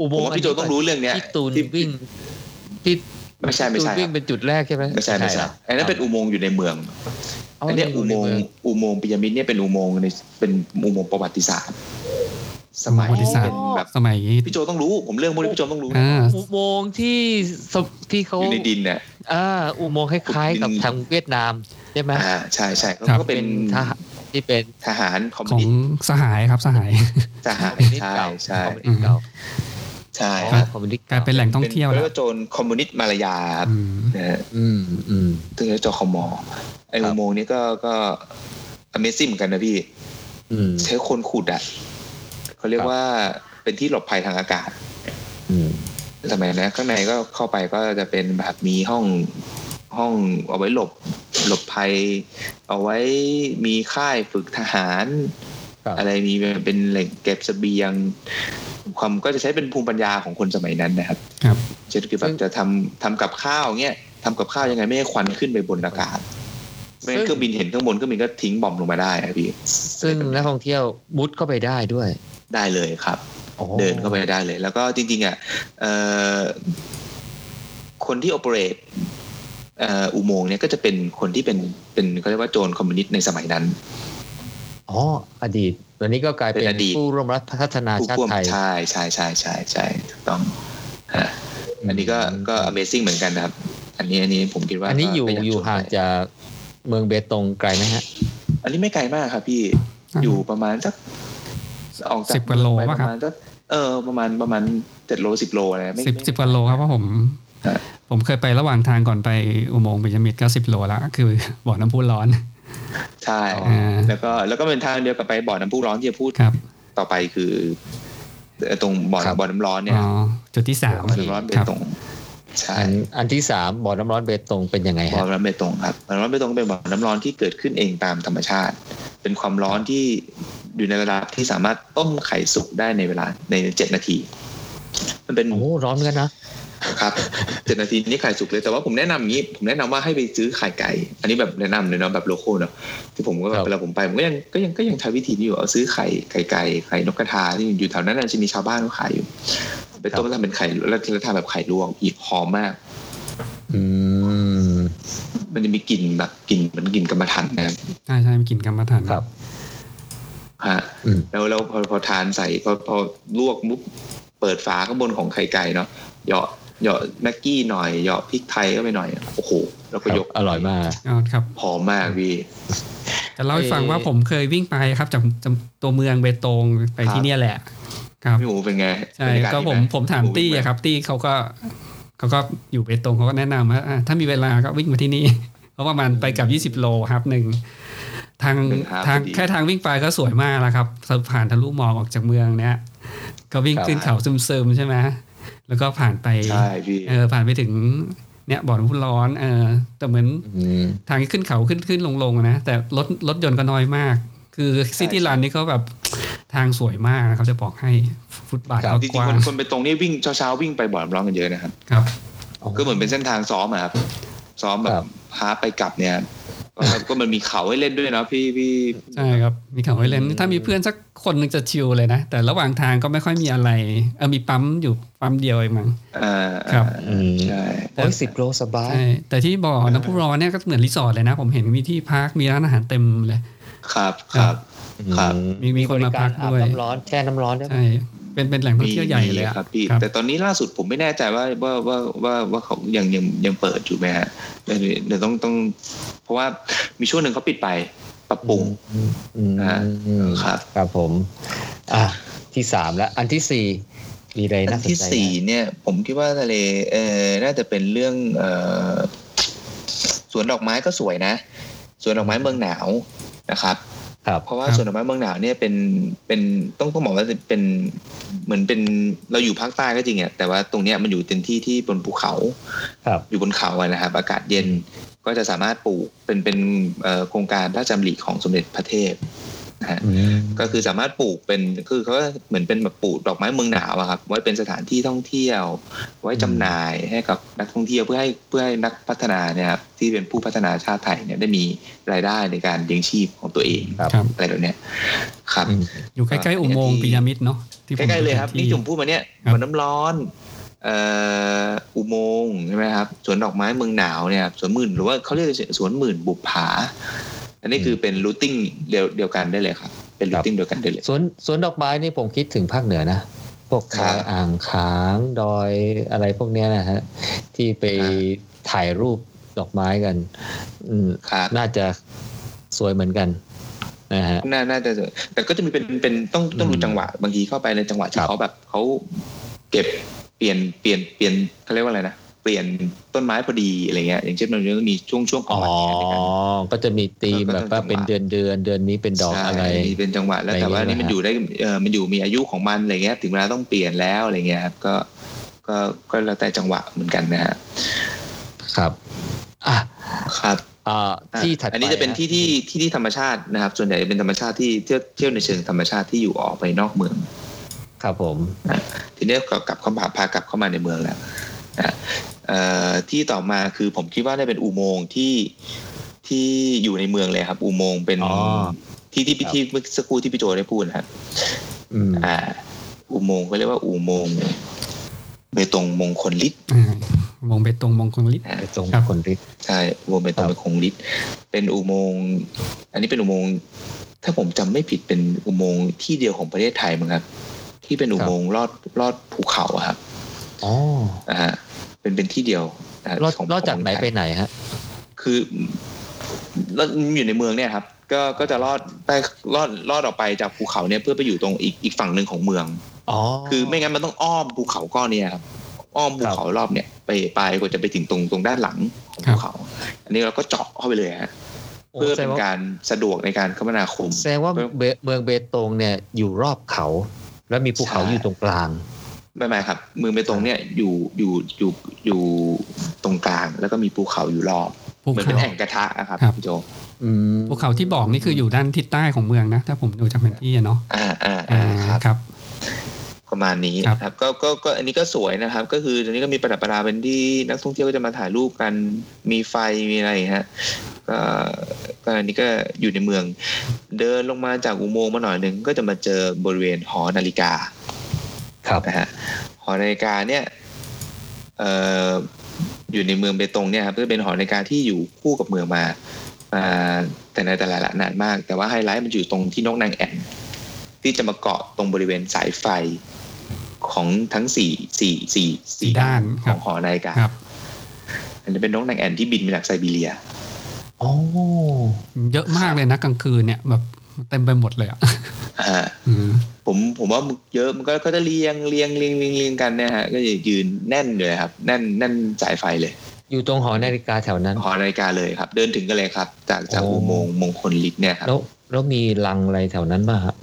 อุ ผ โม ม งค์ ว่าพี่โจต้องรู้เรื่องเนี้ย ที่ตูน ที่ วิ่ง ที่ ไม่ใช่ไม่ใช่ วิ่ง ครับ เป็นจุดแรกใช่ไหม ไม่ใช่ไม่ใช่ เหร อันนั้นเป็นอุโมงค์อยู่ในเมือง า อันเนี้ยอุโมงค์อุโมงค์พีระมิดเนี่ยเป็นอุโมงค์ในเป็นอุโมงค์ประวัติศาสตร์ สมัย ประวัติศาสตร์ เป็นแบบ สมัย พี่โจต้องรู้ ผมเรื่องพวกนี้พี่โจต้องรู้ อ่า อุโมงค์ที่สมที่เขา อยู่ในดินเนี่ย อ่าอุโมงค์คล้ายๆกับทางเวียดนามใช่ไหม อ่าใช่ใช่เขาก็ เป็ เป็น น ทหารที่เป็น ทหารคอม ของมิวนิสต์ สหายครับสหาย ทหาร คอมมิวนิสต์ ใช่ เก่า ใช่ คอมมิวนิสต์เก่า ใช่ อ๋อ ครับ คอมมิวนิสต์ กลายเป็นแหล่งท่องเที่ยว เรี แล้ว ยกว่าโจรคอมมิวนิสต์มาลายาครับ อืม นะฮะ อืมอืม ซึ่งเรียกว่าจคมไอ ครั อุ บ โมงค์นี้ก็ก็ Amazing เหมือนกันนะพี่ อืม ใช้คนขุดอ่ะเขาเรียกว่าเป็นที่หลบภัยทางอากาศ อืม สมัยนั้นข้างในก็เข้าไปก็จะเป็นแบบมีห้องห้องเอาไว้หลบหลบภัย เอาไว้มีค่ายฝึกทหาร ครับ อะไรมีเป็นแหล่งเก็บเสบียง ความก็จะใช้เป็นภูมิปัญญาของคนสมัยนั้นนะครับ ครับ เช่นคือแบบจะทำทำกับข้าวเงี้ยทำกับข้าวยังไงไม่ให้ควันขึ้นไปบนอากาศไม่งั้นเครื่องบินเห็นข้างบนเครื่องบินก็ทิ้งบอมลงมาได้ครับพี่ ซึ่งนักท่องเที่ยวมุดเข้าไปได้ด้วย ได้เลยครับ โอ้โห เดินเข้าไปได้เลย แล้วก็จริงๆอ่ะเอ่อคนที่โอเปเรตเอ่ออุโมงค์เนี่ยก็จะเป็นคนที่เป็นเป็นเขาเรียกว่าโจรคอมมิวนิสต์ในสมัยนั้น อ๋ออดีตตอนนี้ก็กลายเป็ เป็น นอดีต ผู้ร่วมรัฐพัฒนา ผู้ ชาติ ควบ ไทย ใช่ใช่ใช่ใช่ใช่ถูกต้องฮะอันนี้ก็ก็ Amazing เหมือนกันนะครับ อันนี้อันนี้ผมคิดว่า อันนี้อยู่ ก็ไปาก อยู่ ชม ห่าง ไป จากเมืองเบตงไกลไหมฮะ อันนี้ไม่ไกลมากครับพี่อยู่ประมาณสักออกจาก สิบกว่าโล ไป ป่ะ ป ครับ ระมาณสักเออ ประมาณประมาณเจ็ดโลสิบโลอะไรไม่ สิบ ไม่ สิบกว่าโลครับเพราะผม ครับ ผมเคยไประหว่างทางก่อนไปอุโมงค์ปิรามิดก็สิบโลละคือ บ่อน้ำพุร้อน ใช่ อ๋อ า แล้วก็แล้วก็เป็นทางเดียวกับไปบ่อน้ำพุร้อนที่จะพูด ครับ ต่อไปคือเอ่อตรงบ่อ ครับ บ่อน้ำร้อนเนี่ย อ๋อจุดที่สาม บ่อน้ำร้อนเบ ครับ ตงใช่ อันอันที่สามบ่อน้ำร้อนเบตงเป็นยังไง บ่อ ฮะ น้ำร้อนเบตงครับบ่อน้ำร้อนเบตงเป็นบ่อน้ำร้อนที่เกิดขึ้นเองตามธรรมชาติ เป็นความร้อนที่อยู่ในระดับที่สามารถต้มไข่สุกได้ในเวลาในเจ็ดนาที มันเป็น โอ้โหร้อนเหมือนกันนะครับ เจ็ดนาทีนี่ไข่สุกเลยแต่ว่าผมแนะนำอย่างนี้ ผมแนะนำว่าให้ไปซื้อไข่ไก่ อันนี้แบบแนะนำเลยเนาะแบบโลโก้เนาะที่ผมก็แบบเวลาผมไปผมก็ยังก็ยังก็ยังใช้วิธีนี้อยู่เอาซื้อไข่ไข่ไก่ไข่นกกระทาที่อยู่แถวนั้นน่ะจะมีชาวบ้านเขาขายอยู่ไปต้มแล้วทำเป็นไข่แล้วแล้วทำแบบไข่ลวกอีกหอมมาก อืม มันจะมีกลิ่นแบบกลิ่นเหมือนกลิ่นกรรมฐานนะครับ ใช่ใช่มีกลิ่นกรรมฐาน ครับ ฮะ อืม แล้วแล้วพอพอทานใส่พอพอลวกมุกเปิดฝาข้างบนของไข่ไก่เนาะเหยาะเหยาะแม็กกี้หน่อยเหยาะพริกไทยเข้าไปหน่อยโอ้โหแล้วก็ยก ครับอร่อยมาก อ๋อครับ หอมมากพี่ จะเล่าให้ฟังว่าผมเคยวิ่งไปครับจากจากตัวเมืองเบตงไป ครับ ที่เนี่ยแหละ ครับ พี่หมูเป็นไง ใช่ บรรยาาศ ก็ ดี ผม ไห ผมถาม ห ตี้อะครับ ตี้เขาก็เขาก็อยู่เบตงเขาก็แนะนำว่าอ่ะถ้ามีเวลาก็วิ่งมาที่นี่ เพราะว่ามันไปกับ 20 โลครับหนึ่งทาง หนึ่งฮาล์ฟ ทาง พอดี แค่ทางวิ่งไปก็สวยมากแล้วครับผ่านทะลุหมอกออกจากเมืองเนี้ยก็วิ่งขึ้นเขาซึมๆใช่ไหมแล้วก็ผ่านไป ใช่พี่ เออผ่านไปถึงเนี่ยบ่อน้ำพุร้อนเออแต่เหมือน อืม ทางขึ้นเขาขึ้นขึ้นลงลงนะแต่รถรถยนต์ก็น้อยมาก คือซิตี้รันนี่ก็แบบทางสวยมากนะครับจะบอกให้ฟุตบาท ครับ ก็ จริ ก ง ว้า ๆค ง นคนไปตรงนี้วิ่งเช้าๆวิ่งไปบ่อนร้องกันเยอะนะครับ ครับ ก็เหมือนเป็นเส้นทางซ้อมอะครับซ้อมแบ ครับ บ พาไปกลับเนี่ยก็ก็มันมีเขาให้เล่นด้วยเนาะพี่พี่ ใช่ครับ มีเขาไว้เล่น อืม ถ้ามีเพื่อนสักคนหนึงจะชิลเลยนะ แต่ระหว่างทางก็ไม่ค่อยมีอะไรเออมีปั๊มอยู่ปั๊มเดียวเองมั้ง เอ่อ ครับ อืม ใช่ โอ้ยสิบโลสบาย ใช่แต่ที่บ่อน้ำพุร้อนเนี่ยก็เหมือนรีสอร์ทเลยนะ ผมเห็นมีที่พักมีร้านอาหารเต็มเลย ครับครับ ครับ มีมีคนมาพัก อาบ ด้วย น้ำร้อนแช่น้ำร้อนด้วย ใช่เป็นเป็นแหล่งท่องเที่ยวใหญ่เลยอะ ครับพี่ ครับ แต่ตอนนี้ล่าสุดผมไม่แน่ใจว่าว่าว่าว่าว่าเขายังยังยังเปิดอยู่ไหมฮะเดี๋ยวเดี๋ยวต้องต้อง เพราะว่ามีช่วงหนึ่งเขาปิดไปปรับปรุง อืมอืม อ่าครับ ครับผม อ่ะที่สามแล้ว อันที่สี่มีอะไร อั น่าน สน ที่ ใจ สี่ ไหม เนี่ยผมคิดว่าทะเลเออน่าจะเป็นเรื่องเออสวนดอกไม้ก็สวยนะสวนดอกไม้เมืองหนาวนะครับ ครับ เพราะคว่ารับ สวนดอกไม้เมืองหนาวเนี่ยเป็นเป็นต้องต้องบอกว่าเป็นเหมือนเป็นเราอยู่ภาคใต้ก็จริงอ่ะแต่ว่าตรงเนี้ยมันอยู่เป็นที่ที่บนภูเขา ครับ อยู่บนเขาอะนะครับ อากาศเย็นก็จะสามารถปลูกเป็นเป็นเอ่อโครงการพระราชดำริของสมเด็จพระเทพนะฮะ ก็คือสามารถปลูกเป็นคือเขาก็เหมือนเป็นแบบปลูกดอกไม้เมืองหนาวอะครับไว้เป็นสถานที่ท่องเที่ยว ไว้จำหน่ายให้กับนักท่องเที่ยวเพื่อให้เพื่อให้นักพัฒนาเนี่ยครับที่เป็นผู้พัฒนาชาติไทยเนี่ยได้มีรายได้ในการเลี้ยงชีพของตัวเอง ครับ ครับ อะไรแบบเนี้ยครับ อืม อยู่ใกล้ๆอุโมงค์พีระมิดเนาะที่ผ ใก ม ล้ๆเลยครับ ไปที่ นี่จุ่มพูดมาเนี่ย ครับ มันน้ำร้อน เอ่ออุโมงค์ใช่ไหมครับสวนดอกไม้เมืองหนาวเนี่ยสวนหมื่นหรือว่าเขาเรียกสวนหมื่นบุปผา อันนี้คือเป็นรูทติ้งเดียวเดียวกันได้เลยครับ เป็นรูทติ้งเดียวกันได้เลย สวนสวนดอกไม้นี่ผมคิดถึงภาคเหนือนะ พวก คคารับ อ่างขางดอยอะไรพวกเนี้ยนะฮะที่ไป ครับ ถ่ายรูปดอกไม้กัน อืม ครับ น่าจะสวยเหมือนกันนะฮะ น่าน่าจะเจอแต่ก็จะมีเป็นเป็นต้องต้องดู อืม จังหวะบางทีเข้าไปในจังหวะ ค ที่ รับ เขาแบบเขาเก็บเปลี่ยนเปลี่ยนเปลี่ยนเขาเรียกว่าอะไรนะเปลี่ยนต้นไม้พอดีอะไรเงี้ยอย่างเช่นมันจะมีช่วงช่วงก่ อ๋ อ อ นเนี่ยในการ ก็จะมีธีม ก็ แบ ก็ บว่า จังหวะ เป็นเดือนเดือนเดือนนี้เป็นดอกอะไร ใช่เป็นจังหวะแล้ว อะไร แต่ว่า อย่างเงี้ นี่ ย มัน นะฮะ อยู่ได้เออมันอยู่มีอายุของมันอะไรเงี้ย ถึงเวลาต้องเปลี่ยนแล้วอะไรเงี้ยครับก็ก็ก็แล้วแต่จังหวะเหมือนกันนะฮะ ครับ อ่ะ ครับ อ่า อ่ะ ที่ถัดไป อันนี้จะเป็นที่ที่ที่ที่ธรรมชาตินะครับ ส่วนใหญ่จะเป็นธรรมชาติที่เที่ยวเที่ยวในเชิงธรรมชาติที่อยู่ออกไปนอกเมือง ครับผม ทีนี้ก็กลับเข้ามาพากลับเข้ามาในเมืองแล้วนะเอ่อที่ต่อมาคือผมคิดว่าได้เป็นอุโมงค์ที่ที่อยู่ในเมืองเลยครับ อุโมงค์เป็น อ๋อ ที่ที่พี่ที่เมื่อสักครู่ที่พี่โจได้พูดนะครับ อืม อ่าอุโมงค์เขาเรียกว่าอุโมงค์เบตงมงคลฤทธิ์ อ่าวงเบตงวงคงลิศ ไปตรง ครับ คนริด ใช่อุโมงค์เบตงมงคลฤทธิ์เป็นอุโมงค์อันนี้เป็นอุโมงค์ถ้าผมจำไม่ผิดเป็นอุโมงค์ที่เดียวของประเทศไทยมั้งครับ ที่เป็นอุโมงค์ลอดลอดภูเขาอะครับ อ๋อ อ่าฮะเป็นเป็นที่เดียวนะฮะ รอด ขง รอดจาก ของ ไหน เมืองท ไป ย ไหนฮะ คือลอดอยู่ในเมืองเนี่ยครับ ก็ก็จะลอดไปลอดลอดออกไปจากภูเขาเนี่ยเพื่อไปอยู่ตรงอีกอีกฝั่งหนึ่งของเมือง อ๋อ คือไม่งั้นมันต้องอ้อมภูเขาก้อนเนี่ยครับอ้อมภูเขารอบเนี่ย ไปไปกว่าจะไปถึงตรงตรงด้านหลังของภูเขา อันนี้เราก็เจาะเข้าไปเลยฮะ โอ้ เพื่อ แสด เป็น งว่า การสะดวกในการคมนาคม แสดงว่าเบเมืองเบตงเนี่ยอยู่รอบเขา แล้วมีภูเขา ใช่ อยู่ตรงกลาง ไม่ไม่ครับ เมืองเบตงเนี่ยอยู่อยู่อยู่อยู่ตรงกลาง แล้วก็มีภูเขาอยู่รอบ ภู เหมือน เขา เป็นแอ่งกระทะอะครับ ครับ พี่โจ อืม ภูเขาที่บอกนี่คืออยู่ด้านทิศใต้ของเมืองนะ ถ้าผมดูจากแผนที่อะเนาะ อ่าอ่า อ่า อ่าครับ ครับ ประมาณนี้ ครับ นะครับก็ก็ก็อันนี้ก็สวยนะครับ ก็คือตอนนี้ก็มีประดับประดาเป็นที่นักท่องเที่ยวก็จะมาถ่ายรูปกันมีไฟมีอะไรอย่างเงี้ยฮะก็ก็อันนี้ก็อยู่ในเมือง เดินลงมาจากอุโมงค์มาหน่อยหนึ่งก็จะมาเจอบริเวณหอนาฬิกา ครับ นะฮะหอนาฬิกาเนี่ยเอ่ออยู่ในเมืองเบตงเนี่ยครับก็เป็นหอนาฬิกาที่อยู่คู่กับเมืองมามาแต่ในแต่ละละนานมาก แต่ว่าไฮไลท์มันอยู่ตรงที่นกนางแอ่น ที่จะมาเกาะตรงบริเวณสายไฟของทั้งสี่สี่สี่ สี่ด้านคขรั อบ งหอนาฬิกา ครับ อันนี้เป็นนกนางแอ่นที่บินมาจากไซบีเรีย อ๋อ เยอะมากเลยนะกลางคืนเนี่ยแบบเต็มไปหมดเลยอ่ะ อ่า อืม ผมผมว่ามันเยอะมันก็ก็จะเรียงเรียงเรียงเรียงเรียงกันเนี่ยฮะก็จะยืนแน่นเลยครับ แน่นแน่นสายไฟเลย อยู่ตรงหอนาฬิกาแถวนั้น หอนาฬิกาเลยครับ เดินถึงกันเลยครับ จากจาก โอ้ อุโมงค์มงคลฤทธิ์เนี่ยครับ แล้วแล้วมีลังอะไรแถวนั้นป่ะฮะ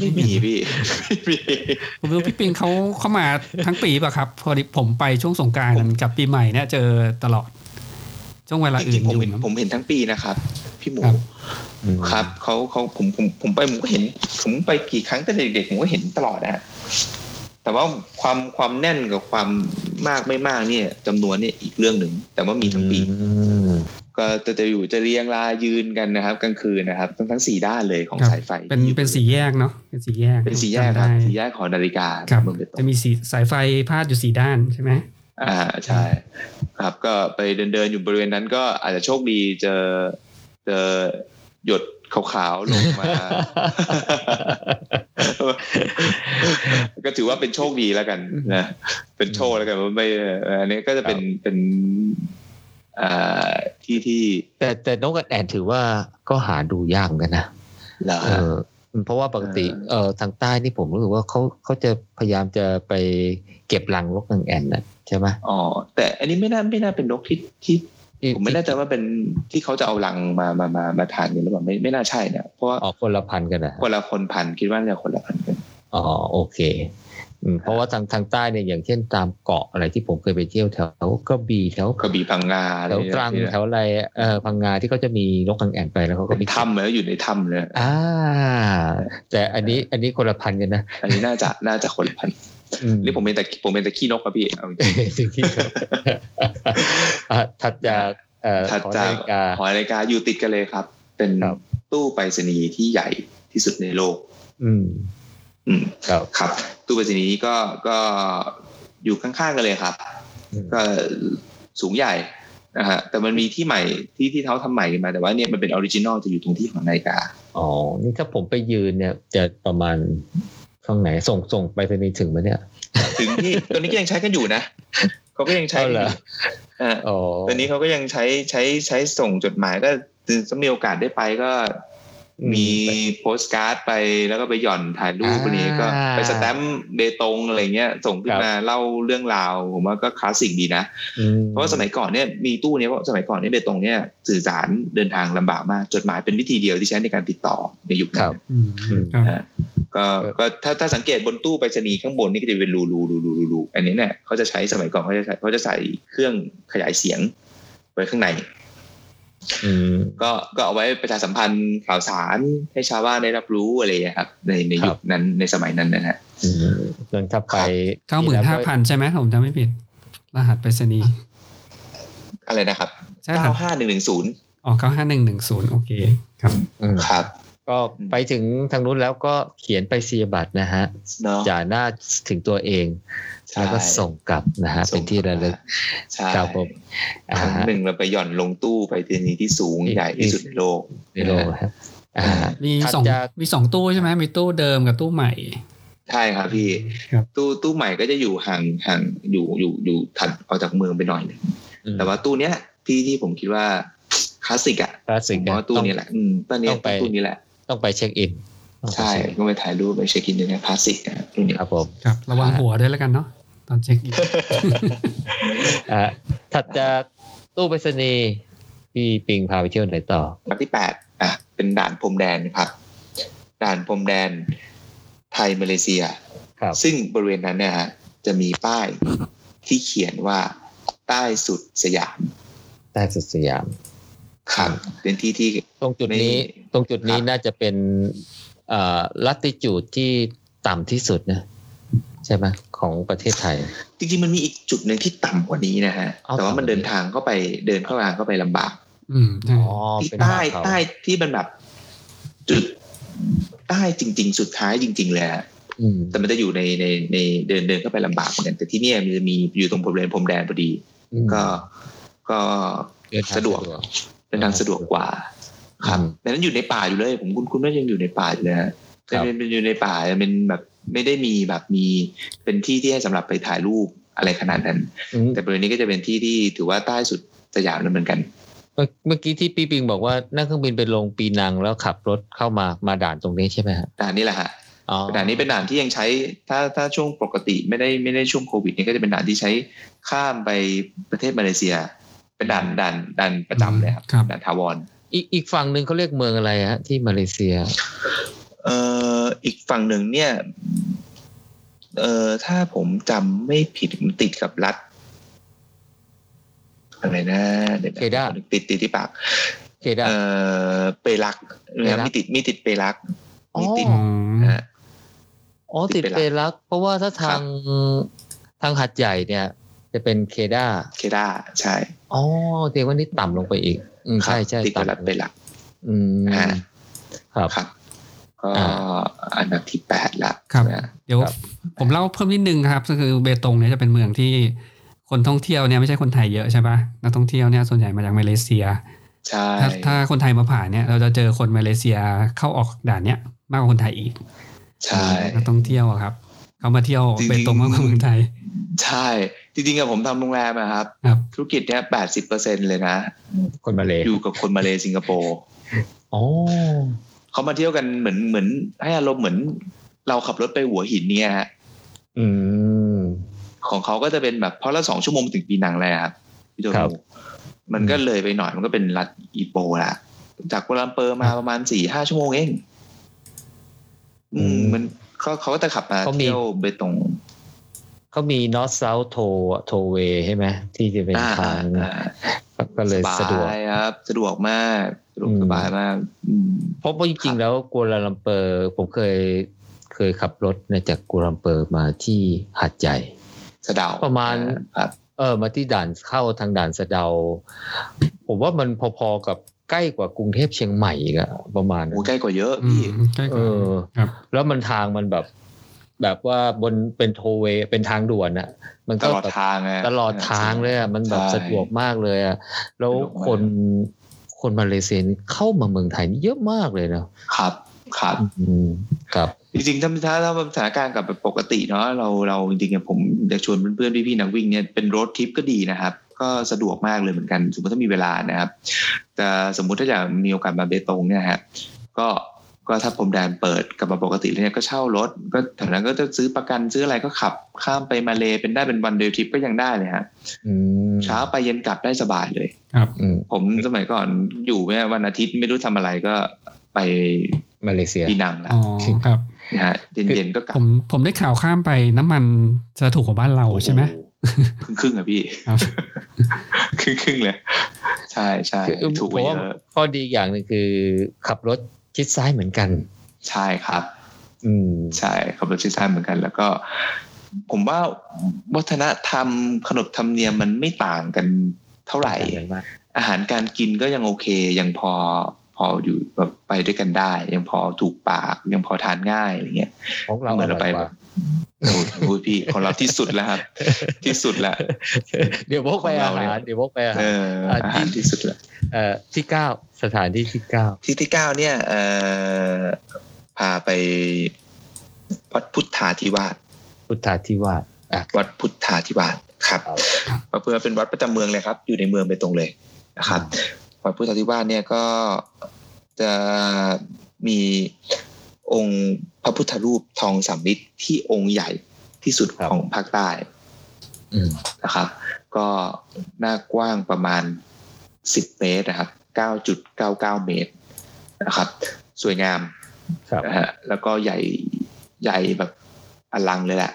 ไม่มีพี่ไม่มี ผมรู้พี่ปิงเขาเข้ามาทั้งปีป่ะครับ พอดีผมไปช่วงสงกราร ผม กับปีใหม่เนี่ยเจอตลอด ช่วงเวลาอื่จนอริงๆผม ยู่ เห็น นะ ผมเห็นทั้งปีนะครับ พี่หคมูรับ อืม ครับเขาเขาผมผมผมไปผมก็เห็น ผมไปกี่ครั้งแต่เด็กๆผมก็เห็นตลอดนะฮะแต่ว่าความความแน่นกับความมากไม่มากเนี่ยจำนวนเนี่ยอีกเรื่องหนึ่งแต่ว่ามีทั้งปี อืม ก็จะจะอยู่จะเรียงรายยืนกันนะครับกลางคืนนะครับ ทั้งทั้งสี่ด้านเลยของ ครับ สายไฟ เป็น ที่อยู่ เป็นสี่แยกเนาะเป็นสี่แยก เป็นสี่แยกครับ จำได้ สี่แยกของนาฬิกา ครับ เมืองเบต จะ ง มีสีสายไฟพาดอยู่สี่ด้านใช่ไหม อ่าใช่ ครับ ก็ไปเดินเดินๆอยู่บริเวณนั้นก็อาจจะโชคดีเจอเจอหยดขาวๆลงมา ก็ถือว่าเป็นโชคดีแล้วกันนะเป็นโชคแล้วกันว่าไม่เอ่ออันนี้ก็จะเป็นเป็นอ่าที่ที่ แต่แต่นกกระแอนถือว่าก็หาดูยากเหมือนกันนะ เหรอ เออเพราะว่าปกติเออทางใต้นี่ผมรู้สึกว่าเขาเขาจะพยายามจะไปเก็บรังนกนางแอ่นนะใช่ไหม อ๋อแต่อันนี้ไม่น่าไม่น่าเป็นนกที่ที่ ที่ ผมไม่แน่ใจว่าเป็นที่เขาจะเอาลังมามามามาทานกันหรือเปล่าไม่ไม่น่าใช่นะเพราะว่า ออกคนละพันกันนะ คนละคนพันคิดว่าจะคนละพันกัน อ๋อโอเคอืมเพราะว่าทางทางใต้เนี่ยอย่างเช่นตามเกาะอะไรที่ผมเคยไปเที่ยวแถวกระบี่แถว กระบี่พังงา แถวตรัง เนี่ย แถวอะไรเออพังงาที่เขาจะมีนกกังแอ่นไปแล้วเขาก็ เป็น มี ถ้ำแล้วอยู่ในถ้ำเลย อ่าแต่อันนี้อันนี้คนละพันกันนะ อันนี้น่าจะน่าจะคนละพัน อืม นี่ผมเป็นแต่ผมเป็นแต่ขี้นกครับพี่เอาจริง ถึงที่ครับอ่ะถัดจากเอ่อ ถัด ขอ จานากฬิกา หอนาฬิกาอยู่ติดกันเลยครับ เป็น ครับ ตู้ไปรษณีย์ที่ใหญ่ที่สุดในโลก อืม อืม ครับ ครับตู้ไปรษณีย์นี้ก็ก็ อยู่ข้างๆกันเลยครับ อืม ก็สูงใหญ่นะฮะแต่มันมีที่ใหม่ที่ที่เขาทำใหม่มาแต่ว่าเนี่ยมันเป็นออริจินอลจะอยู่ตรงที่ของนาฬิกา อ๋อ นี่ถ้าผมไปยืนเนี่ยจะประมาณช่องไหนส่งส่งไปทนีย์ถึงไหมเนี่ย ถึงที่ ตัวนี้ก็ยังใช้กันอยู่นะเขาก็ยังใช้กันอยู่ เอาเหรอ อ่า อ๋อ ตอนนี้เขาก็ยังใช้ใช้ใช้ส่งจดหมายก็ถ้ามีโอกาสได้ไปก็มีโพสต์การ์ดไปแล้วก็ไปหย่อนถ่ายรูปอะไรเงี้ยก็ไปสแตมป์เบตงอะไรเงี้ยส่งขึ้นมาเล่าเรื่องราว ผมว่าก็คลาสสิกดีนะ อื เพราะว่าสมัยก่อนเนี่ยมีตู้เนี่ยเพราะสมัยก่อนเนี่ยเบตงเนี่ยสื่อสารเดินทางลำบากมาก จดหมายเป็นวิธีเดียวที่ใช้ในการติดต่อในยุค ค นั้ รับ น อืมครับ ก็ ครับ ก็ถ้าถ้าสังเกตบนตู้ไปรษณีย์ข้างบนนี่ก็จะเป็นรูรูรูรูรูรูอันนี้เนี่ยเขาจะใช้สมัยก่อนเขาจะใช้เขาจะใส่เครื่องขยายเสียงไว้ข้างใน อืม ก็ก็เอาไว้ประชาสัมพันธ์ข่าวสารให้ชาวบ้านได้รับรู้อะไรอย่างเงี้ยครับ ในใน ครับ ยุคนั้นในสมัยนั้นนะฮะ อืมงั้นถ้าไป เก้าหมื่นห้าพันใช่ไหมผมจำไม่ผิด รหัสไปรษณีย์ อะไรนะครับ ใช่รหัส เก้าห้าหนึ่งหนึ่งศูนย์ อ๋อเก้าห้าหนึ่งหนึ่งศูนย์โอเคครับ อืม ครับ ก็ไปถึงทางนู้นแล้วก็เขียนไปเสียบัตรนะฮะ เนาะ จ่ายหน้าถึงตัวเอง ใช่ แล้วก็ส่งกลับนะฮะ เป็นที่ระลึก ใช่ ครับผมอ่า ครั้ง ฮะ หนึ่งเราไปหย่อนลงตู้ไปที่นี้ที่สูง อีก ใหญ่ที่สุดในโลก ใน โลกนะครับอ่าฮะ มี ถัด สอง จาก มีสองตู้ใช่ไหมมีตู้เดิมกับตู้ใหม่ ใช่ครับพี่ ครับ ตู้ตู้ใหม่ก็จะอยู่ห่างห่างอยู่อยู่อยู่ถัดออกจากเมืองไปหน่อยหนึงแต่ว่าตู้เนี้ยที่ที่ผมคิดว่าคลาสสิกอะ คลาส ผ สิก ม นะ ว่าตู้นี้แหละอืมตอนนี้ ต้องไป ตู้นี้แหละ ต้องไปเช็คอินต้องไป ใช่ เช็คอิน ก็ไปถ่ายรูปไปเช็คอินเนี่ยคลาสสิกอะตู้เนี้ย ครับผม ครับระวังหัวด้วยแล้วกันเนาะตอนเช็คอิน อ่าถัดจากตู้ไปรษณีย์พี่ปิงพาไปเที่ยวไหนต่อ มาที่แปดอ่ะ เป็นด่านพรมแดนครับ ด่านพรมแดนไทยมาเลเซีย ครับ ซึ่งบริเวณนั้นเนี่ยฮะจะมีป้ายที่เขียนว่าใต้สุดสยาม ใต้สุดสยาม ครับเป็นที่ที่ ตรงจุดนี้ ไม่ ตรงจุดนี้ ครับ น่าจะเป็นเอ่อลัติจูดที่ต่ำที่สุดนะใช่ไหมของประเทศไทย จริงๆมันมีอีกจุดหนึ่งที่ต่ำกว่านี้นะฮะ เอา แต่ว่ามัน ต่ำกว่านี้ เดินทางเข้าไปเดินเข้าทางเข้าไปลำบาก อืมใช่ อ๋อ ที่ เป็น ใต้ เขา ใต้ที่มันแบบจุดใต้จริง ๆ สุดท้ายจริง ๆ เลยฮะ อืม แต่มันจะอยู่ในในในเดินเดินเข้าไปลำบากเหมือนกันแต่ที่เนี่ยมันจะมีอยู่ตรงบริเวณพรมแดนพอดี อืม ก็ก็ เดินทาง สะดวก เดินทางสะดวกกว่า ครับ อืม ดังนั้นอยู่ในป่าอยู่เลย ผมคุณคุณน่ายังอยู่ในป่าอยู่เลยฮะ ครั แต่ บ เป็นเป็นอยู่ในป่าเป็นแบบไม่ได้มีแบบมีเป็นที่ที่ให้สำหรับไปถ่ายรูปอะไรขนาดนั้น อืม แต่บริเวณนี้ก็จะเป็นที่ที่ถือว่าใต้สุดสยามเลยเหมือนกัน เมื่อเมื่อกี้ที่พี่ปิงบอกว่านั่งเครื่องบินไปลงปีนังแล้วขับรถเข้ามามาด่านตรงนี้ใช่ไหมฮะ ด่านนี้แหละฮะ อ๋อ ด่านนี้เป็นด่านที่ยังใช้ ถ้าถ้าช่วงปกติไม่ได้ไม่ได้ช่วงโควิดเนี่ยก็จะเป็นด่านที่ใช้ข้ามไปประเทศมาเลเซีย เป็นด่านด่านด่านประจำเลยครับ ครับ ด่านทาวร อีกอีกฝั่งหนึ่งเขาเรียกเมืองอะไรฮะที่มาเลเซีย เอ่ออีกฝั่งหนึ่งเนี่ย เอ่อถ้าผมจำไม่ผิดมันติดกับรัฐอะไรนะดี๋ยวนะ เคด้า ติดติดที่ปาก โอเคได้ เอ่อเปรักนะครับมีติดมีติดเปรัก อ๋อ มีติด อ๋อ นะฮะ อ๋อ ติ ติ ด ด ไปละ เปรัก เพราะว่าถ้าทาง ค ทางหัดใหญ่เนี่ย จะเป็นเคด้า เคด้าใช่ อ๋อเทวันนี้ต่ำลงไปอีก อืม ครั ใช่ บ ใช่ ติดกับรัฐ ลงไปเปรัก อืม อ่า ครับ ครับ ก็ อ่ อันดับที่แปดละ ครับ นะ เดี๋ยว ครับ ผมเล่าเพิ่มนิดนึงครับก็คือเบตงเนี่ยจะเป็นเมืองที่คนท่องเที่ยวเนี่ยไม่ใช่คนไทยเยอะใช่ปะนักท่องเที่ยวเนี่ยส่วนใหญ่มาจากมาเลเซีย ใช่ ถ้าถ้าคนไทยมาผ่านเนี่ยเราจะเจอคนมาเลเซียเข้าออกด่านเนี่ยมากกว่าคนไทยอีก ใช่ นักท่องเที่ยวอะครับ เขามาเที่ยว จริงๆ เบตงมากกว่าเมืองไทย ใช่ จริงๆอะผมทำโรงแรมอะครับ ครับ ธุรกิจเนี้ยแปดสิบเปอร์เซ็นเลยนะ คนมาเล อยู่กับคนมาเลสิงคโปร์ อ๋อ เขามาเที่ยวกันเหมือนเหมือนให้อารมณ์เหมือน เราขับรถไปหัวหินเนี่ยฮะ อืม ของเขาก็จะเป็นแบบเพราะละสองชั่วโมงถึงปีนังเลยครับพี่โด ครับ มมันก็เลยไปหน่อยมันก็เป็นรัฐอีโปละจากกัวลาลัมเปอร์มาประมาณสี่ห้าชั่วโมงเองอืม อืม มันเขาเขาก็จะขับมา เขามี เที่ยวเบตง เขามี north south t o t o way ใช่ไหมที่จะเป็น อ่า ทาง อ่า ก็เลย ส สะดวก บายครับ สะดวกมากสะดวก อืม สบายมากอืม เพราะว่าจ ครั ริง บ ๆแล้วกัวลาลัมเปอร์ผมเคยเคยขับรถเนี่ยจากกัวลาลัมเปอร์มาที่หาดใหญ่ สะดาว ประมาณ ครับ เออมาที่ด่านเข้าทางด่านสะเดา ผมว่ามันพอๆกับใกล้กว่ากรุงเทพเชียงใหม่อีกอะประมาณ โอ้ นั้น ใกล้กว่าเยอะ อื พี่ มใกล้ก เอ ว่า อ ครับ แล้วมันทางมันแบบ แบบว่าบนเป็นโทเวเป็นทางด่วนอะมัน ต ก็ ลอด แบบ ทางไง ตลอดทางเลยอ่ะมันแบบ ใช่ สะดวกมากเลยอ่ะแล้ว สะดวกมาก คนคนมาเลเซียนี่เข้ามาเมืองไทยนี่เยอะมากเลยเนาะ ครับครับ อืมครับ จริงๆถ้าถ้าถ้าสถานการณ์กลับแบบปกติเนาะเราเราจริงๆผมอยากชวนเพื่อนๆพี่ๆนักวิ่งเนี่ยเป็นรถทริปก็ดีนะครับ ก็สะดวกมากเลยเหมือนกัน สมมติถ้ามีเวลานะครับ แต่สมมุติถ้าอยากมีโอกาสมาเบตงเนี่ยฮะก็ก็ถ้าพรมแดนเปิดกลับมาปกติแล้วเนี่ยก็เช่ารถ ก็แถวนั้นก็จะซื้อประกันซื้ออะไรก็ขับ ข้ามไปมาเลเป็นได้เป็นวันเดย์ทริปก็ยังได้เลยฮะ อืม เช้าไปเย็นกลับได้สบายเลย อืม ผมสมัยก่อนอยู่เนี่ยวันอาทิตย์ไม่รู้ทำอะไรก็ไป มาเลเซีย ปีนังแล้ว อ๋อครับ นะฮะเย็นๆก็กลับ ผมผมได้ข่าวข้ามไปน้ำมันจะถูกกว่าบ้านเราใช่ไหม ครึ่งครึ่งๆอะพี่ ครับ ครึ่งครึ่งๆเลย ใช่ใช่ คือ ถูก ผ กว่ามเย ว่า อะ ข้อดีอย่างหนึ่งคือ ขับรถชิดซ้ายเหมือนกัน ใช่ครับ อืม ใช่ขับรถชิดซ้ายเหมือนกัน แล้วก็ ผมว่าวัฒนธรรมขนบธรรมเนียมมันไม่ต่างกันเท่าไหร่ อาหารการกินก็ยังโอเค ยังพอพออยู่แบบไปด้วยกันได้ ยังพอถูกปาก ยังพอทานง่ายอะไรเงี้ย ของเรา เหมือนเราไป ร่ยกว่ โอ้ยโอ้ยพี่ของเราที่สุดแล้วครับ ที่สุดละ เดี๋ยววกไปอาหารเดี๋ยววกไปอา เอ หาร อ อ่ะ อาหารที่สุดละ เอ่อที่เก้าสถานที่ที่เก้า ที่ที่เก้าเนี่ยเอ่อพาไปวัดพุทธาธิวาส พุทธาธิวาสอ่ะ วัดพุทธาธิวาสครับ ครับ ก็เพื่อเป็นวัดประจำเมืองเลยครับ อยู่ในเมืองไปตรงเลยนะครับ วัดพุทธาธิวาสเนี่ยก็จะมีองค์พระพุทธรูปทองสำริดที่องค์ใหญ่ที่สุดของภาคใต้ อืม นะครับ ก็หน้ากว้างประมาณ 10 เมตรนะครับ 9.99 เมตรนะครับ สวยงาม ครับ นะฮะแล้วก็ใหญ่ใหญ่แบบอลังเลยแหละ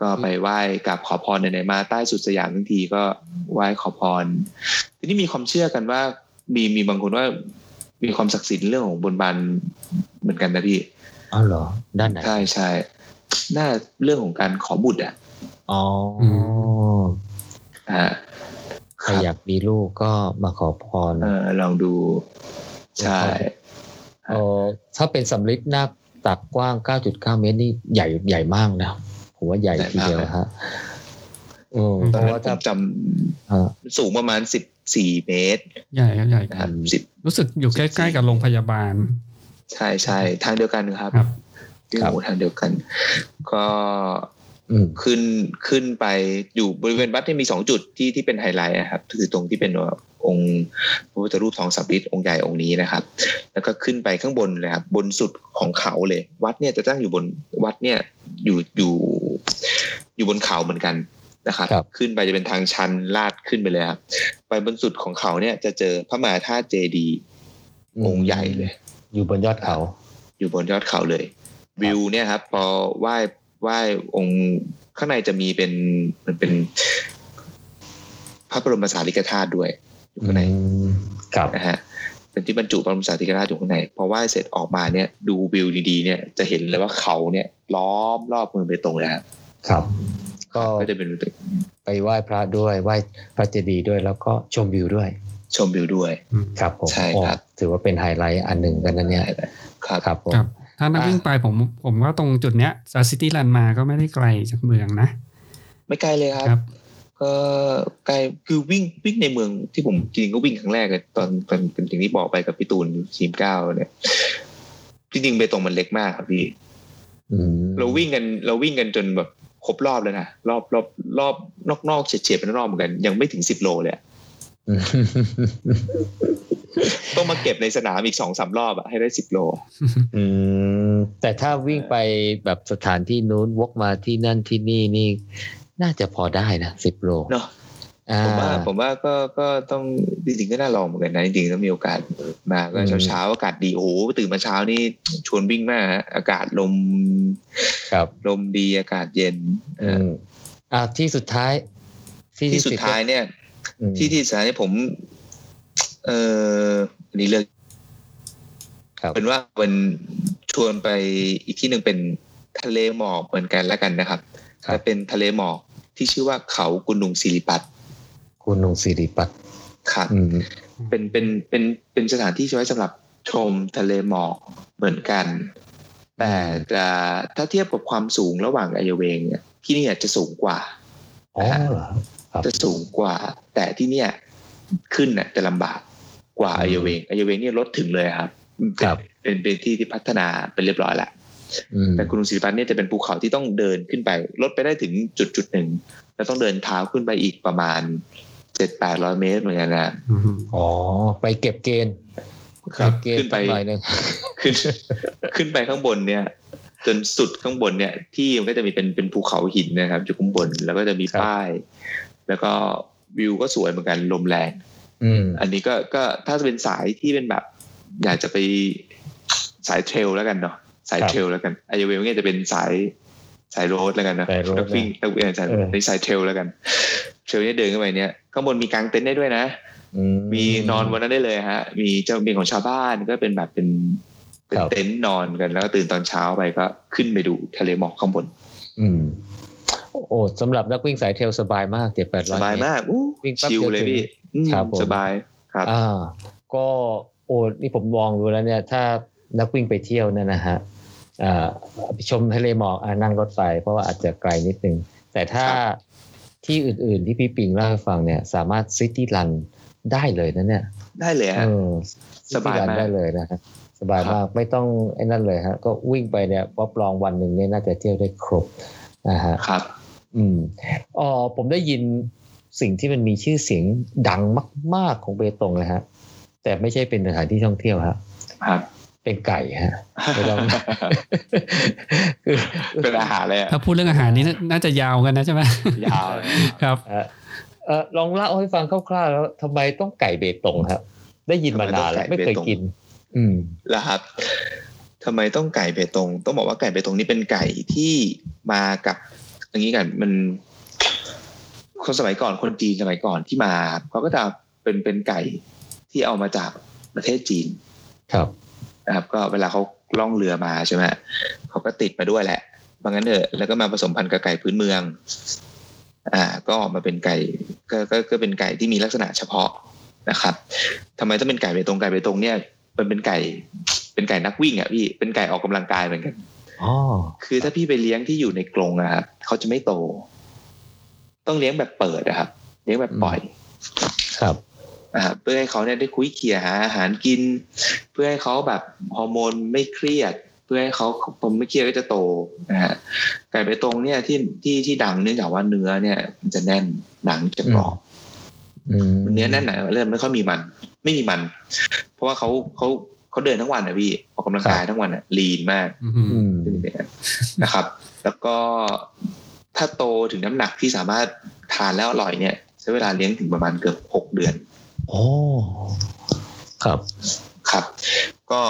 ก็ไปไหว้กับขอพรไหนๆมาใต้สุดสยามทั้งทีก็ไหว้ขอพร ทีนี้มีความเชื่อกันว่า มีมีบางคนว่ามีความศักดิ์สิทธิ์เรื่องของบนบานเหมือนกันนะพี่ อ๋อเหรอ ด้านไหน ใช่ใช่น่าเรื่องของการขอบุตรอ่ะ อ๋ออ ม อ่า ใครอยากมีลูกก็มาขอพร เออลองดู ใช่ เออถ้าเป็นสำลิดหน้าตักกว้าง 9.9 เมตรนี่ใหญ่ใหญ่มากนะผมว่าใหญ่ทีเดียวฮะเออเพ ตอน ราะ นั้น ว่า ผ ถ้าม จ เออ ำสูงประมาณสิบสี่เมตร ใหญ่ครับใหญ่ นะครับ อืม สิบ รู้สึกอยู่ใกล้ๆกับโรงพยาบาล ใช่ใช่ทางเดียวกันครับ ครับ ที่หมูทางเดียวกัน ก็ อืม ขึ้นขึ้นไปอยู่บริเวณวัดที่ยมีสองจุดที่ที่เป็นไฮไลท์นะครับคือตรงที่เป็นองค์พระพุทธรูปทองสับริดองค์ใหญ่องค์นี้นะครับ แล้วก็ขึ้นไปข้างบนเลยครับบนสุดของเขาเลย วัดเนี่ยจะตั้งอยู่บนวัดเนี่ยอยู่อยู่อยู่บนเขาเหมือนกันนะครับ ครับ ขึ้นไปจะเป็นทางชันลาดขึ้นไปเลยครับไปบนสุดของเขาเนี่ยจะเจอพระมหาธาตุเจดีย์องค์ใหญ่เลย อยู่บนยอดเขา อยู่บนยอดเขาเลย วิวเนี่ยครับ พอไหว้ไหว้องค์ข้างในจะมีเป็นมันเป็น พระบรมสารีริกธาตุด้วย อยู่ข้างใน อืมครับ นะฮะเป็นที่บรรจุพระบรมสารีริกธาตุอยู่ข้างในพอไหว้เสร็จออกมาเนี่ย ดูวิวดีๆเนี่ยจะเห็นเลยว่าเขาเนี่ย ล้อมรอบเมืองเบตงเลยฮะ ครับ ก็ ก็จะเป็น ไปไหว้พระด้วยไหว้พระเจดีย์ด้วยแล้วก็ชมวิวด้วย ชมวิวด้วย ครับผม ใช่ครับ โอ้ถือว่าเป็นไฮไลท์อันหนึ่งกันนะเนี่ย ครับ ครับผม ครับ ถ้านักวิ่งไปผมผมว่าตรงจุดเนี้ยจากซิตี้รันมาก็ไม่ได้ไกลจากเมืองนะ ไม่ไกลเลยครับ ครับ ก็ไกลคือวิ่งวิ่งในเมืองที่ผมจริงๆก็วิ่งครั้งแรกเลยตอนตอนเป็นสิ่งที่บอกไปกับพี่ตูนทีมเก้าเนี่ยจริงๆเบตงมันเล็กมากครับพี่ อืม เราวิ่งกันเราวิ่งกันจนแบบครบรอบแล้วนะรอบรอบรอบนอกนอกๆเฉียดเฉียดเป็นรอบเหมือนกัน ยังไม่ถึงสิบโลเลยอะ อืม ต้องมาเก็บในสนามอีกสองสามรอบอะให้ได้สิบโล อืมแต่ถ้าวิ่งไปแบบสถานที่นู้นวกมาที่นั่นที่นี่นี่ น่าจะพอได้นะสิบโล เนาะ อ่า ผมว่าผมว่าก็ก็ต้องจริงๆก็น่าลองเหมือนกันนะจริงๆต้องมีโอกาสมาก็ อืม เช้าๆอากาศดีโอ้โหตื่นมาเช้านี่ชวนวิ่งมากฮะอากาศลม ครับ ลมดีอากาศเย็นเอ อื อ มอ่าที่สุดท้าย ที่สุดท้ายเนี่ย อืม ที่ที่สุดท้ายเนี่ยผม เอออันนี้เลือก ครับ เป็นว่าเป็นชวนไปอีกที่หนึ่งเป็นทะเลหมอกเหมือนกันแล้วกันนะครับ ครั แต่ บ เป็นทะเลหมอกที่ชื่อว่าเขากุนุงศิริปัต คุณนงศิริปัตย์ ครับ อืม เป็นเป็นเป็นเป็นสถานที่ใช้สำหรับชมทะเลหมอกเหมือนกัน แต่จะถ้าเทียบกับความสูงระหว่างไอเยเวงเนี่ยที่เนี่ยจะสูงกว่า อ๋อเหรอ ครับ จะสูงกว่า แต่ที่เนี่ยขึ้นน่ะจะลำบากกว่าไอเยเวงไอเยเวงเนี่ยลดถึงเลยครับ ครับ เป็นเป็นเป็นที่ที่พัฒนาเป็นเรียบร้อยแล้ว อืม แต่คุณลุงศิริพัฒน์เนี่ยจะเป็นภูเขาที่ต้องเดินขึ้นไปลดไปได้ถึงจุดจุดหนึ่งแล้วต้องเดินเท้าขึ้นไปอีกประมาณเจ็ดแปดร้อยเมตรเหมือนกันนะ อืม อ๋อ ไปเก็บเกณฑ์ ครับ เก็เกณฑ์ ขึ้นไป หน่อยหนึง ขึ้นขึ้นไปข้างบนเนี่ย จนสุดข้างบนเนี่ย ที่มันก็จะมีเป็นเป็นภูเขาหินนะครับอยู่ข้างบนแล้วก็จะมีป้าย แล้วก็วิวก็สวยเหมือนกันลมแรง อืม อันนี้ก็ก็ถ้าจะเป็นสายที่เป็นแบบ อยากจะไปสายเทรลแล้วกันเนาะสาย ครับ เทรลแล้วกันไอเวลเนี่ยจะเป็นสายสายโรดแล้วกันนะ สายโรด นักวิ่งนักวิ่งสาย เออ ในสายเทรลแล้วกันเทรลเนี่ยเดินขึ้นไปเนี่ยข้างบนมีกางเต็นท์ได้ด้วยนะ อื มีนอนวันนั้นได้เลยฮะ มีเจ้ามีของชาวบ้านก็เป็นแบบเป็นเป็น ครับ เต็นท์นอนกันแล้วก็ตื่นตอนเช้าไปก็ขึ้นไปดูทะเลหมอกข้างบน อืม โอ้สำหรับนักวิ่งสายเทรลสบายมากเจ็ดแปดร้ ส อย บายมากอู้ วิ่งแป๊บ ชิลเลยพี่อืม ครับผม สบายครับ อ่า ก็โอ้นี่ผมมองดูแล้วเนี่ย ถ้านักวิ่งไปเที่ยวเนี่ยนะฮะอ่าไปชมทะเลหมอกอ่านั่งรถไฟเพราะว่าอาจจะไกลนิดนึง แต่ถ้า ครับ ที่อื่น ๆ ที่พี่ปิงเล่าให้ฟังเนี่ย สามารถซิตี้รันได้เลยนะเนี่ย ได้เลยฮะ เออ สบายที่มากร้นได้เลยนะฮะสบาย ครั มาก บ ไม่ต้องไอ้นั่นเลยฮะ ก็วิ่งไปเนี่ยรับรองวันหนึ่งเนี่ยน่าจะเที่ยวได้ครบนะฮะ ครับ อืมอ๋อผมได้ยินสิ่งที่มันมีชื่อเสียงดังมาก ๆของเบตงนะฮะ แต่ไม่ใช่เป็นสถานที่ท่องเที่ยวฮะ ครับ เป็นไก่ฮะ ไม่ต้อง คือ เป็นอาหารเลยอะ ถ้าพูดเรื่องอาหารนี้น่าน่าจะยาวกันนะใช่ไหม ยาวเลย ครับ เอ่อเอ่อลองเล่าให้ฟังคร่าวๆแล้วทำไมต้องไก่เบตงครับ ได้ยินมานานแล้วไม่เคยกิน อืม แล้วครับทำไมต้องไก่เบตง ต้องบอกว่าไก่เบตงนี่เป็นไก่ที่มากับอย่างนี้กันมันคนสมัยก่อนคนจีนสมัยก่อนที่มาเขาก็จะเป็นเป็นไก่ที่เอามาจากประเทศจีน ครับ นะครับก็เวลาเขาล่องเรือมาใช่ไหมเขาก็ติดมาด้วยแหละบางงั้นเถอะแล้วก็มาผสมพันธุ์กับไก่พื้นเมือง อ่า ก็ออกมาเป็นไก่ก็ก็ก็เป็นไก่ที่มีลักษณะเฉพาะนะครับทำไมต้องเป็นไก่เบตงไก่เบตงเนี่ยมันเป็นไก่ เป็นไก่นักวิ่งอ่ะพี่เป็นไก่ออกกำลังกายเหมือนกัน อ๋อ คือถ้าพี่ไปเลี้ยงที่อยู่ในกรงนะครับเขาจะไม่โต ต้องเลี้ยงแบบเปิดนะครับ เลี้ยงแบบปล่อย ครับ อ่าเพื่อให้เขาเนี่ยได้คุยเขี่ยหาอาหารกิน เพื่อให้เขาแบบฮอร์โมนไม่เครียด เพื่อให้เขาผมไม่เครียดก็จะโตนะฮะไก่ไปตรงเนี่ยที่ที่ที่ดังเนื่องจากว่าเนื้อเนี่ย มันจะแน่นหนังจะกรอบ อืม เนื้อแน่นหนาเริ่มไม่ค่อยมีมัน ไม่มีมัน เพราะว่าเขาเขาเขาเดินทั้งวันนะพี่ออกกำลังกายทั้งวันอ่ะลีนมาก อือหือ อืม นะครับ แล้วก็ถ้าโตถึงน้ำหนักที่สามารถทานแล้วอร่อยเนี่ยใช้เวลาเลี้ยงถึงประมาณเกือบหกเดือน โอ้ ครับ ครับ ก็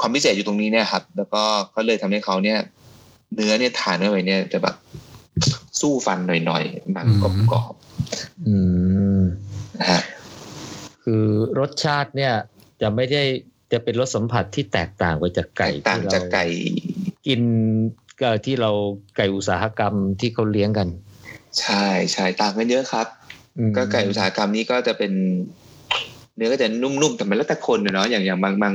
ความพิเศษอยู่ตรงนี้เนี่ยครับ แล้วก็ก็เลยทำให้เขาเนี่ย เนื้อเนี่ยทานเข้าไปเนี่ยจะแบบสู้ฟันหน่อยๆหนังกรอบ อืม ๆนะฮะ คือรสชาติเนี่ย จะไม่ได้จะเป็นรสสัมผัสที่แตกต่างไปจากไก่ ต่าง ที่เร จากไก่ กินเอ่อที่เราไก่อุตสาหกรรมที่เขาเลี้ยงกัน ใช่ใช่ต่างกันเยอะครับ อืม ก็ไก่อุตสาหกรรมนี้ก็จะเป็น เนื้อก็จะนุ่มๆแต่มันแล้วแต่คนนะเนาะอย่างอย่างบางบาง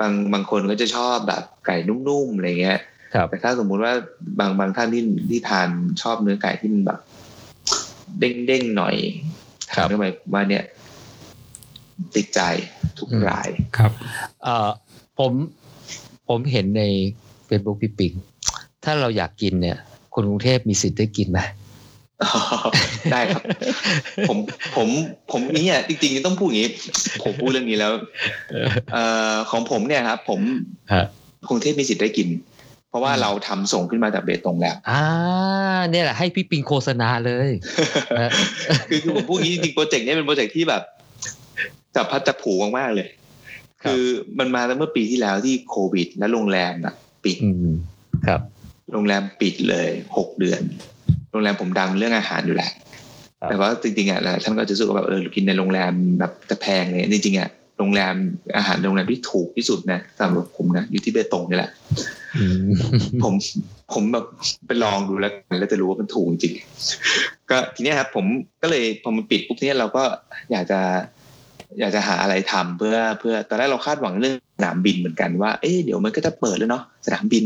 บางบางคนก็จะชอบแบบไก่นุ่มๆอะไรเงี้ย ครับ แต่ถ้าสมมุติว่าบางบางท่านที่ที่ทานชอบเนื้อไก่ที่มันแบบ เด้งเด้งๆหน่อย ครั ถาม บ ทำไมผมว่าเนี่ย ติดใจทุก อืม ราย ครับ เอ่อผมผมเห็นใน Facebook พี่ปิง ถ้าเราอยากกินเนี่ย คนกรุงเทพมีสิทธิ์ได้กินไหม ได้ครับ ผมผมผมเนี่ยจริงๆต้องพูดอย่างนี้ ผมพูดเรื่องนี้แล้ว เอ่อของผมเนี่ยครับ ผม ฮะ กรุงเทพมีสิทธิ์ได้กิน เพราะว่าเราทำส่งขึ้นมาจากเบตงแล้ว อ่าเนี่ยแหละให้พี่ปิงโฆษณาเลย ฮะ คือคือผมพูดอย่างนี้จริงๆโปรเจกต์เนี้เป็นโปรเจกต์ที่แบบจับพัดจับผูมากๆเลย ครับ คือมันมาตั้งเมื่อปีที่แล้วที่โควิด และโรงแรมน่ะปิด อืม ครับ โรงแรมปิดเลยหกเดือน โรงแรมผมดังเรื่องอาหารอยู่แหละ ครับ แต่ว่าจริงๆอ่ะหลายท่านก็จะรู้สึกว่าแบบเออกินในโรงแรมแบบจะแพงเลยจริงๆอ่ะโรงแรมอาหารโรงแรมที่ถูกที่สุดนะสำหรับผมนะอยู่ที่เบตงนี่แหละ อืม ผมผมแบบไปลองดูแล้วกันแล้วจะรู้ว่ามันถูกจริง ก็ทีเนี้ยครับผมก็เลยพอมันปิดปุ๊บเนี้ยเราก็อยากจะ อยากจะหาอะไรทำเพื่อเพื่อตอนแรกเราคาดหวังเรื่องสนามบินเหมือนกันว่าเอ๊ะเดี๋ยวมันก็จะเปิดแล้วเนาะสนามบิน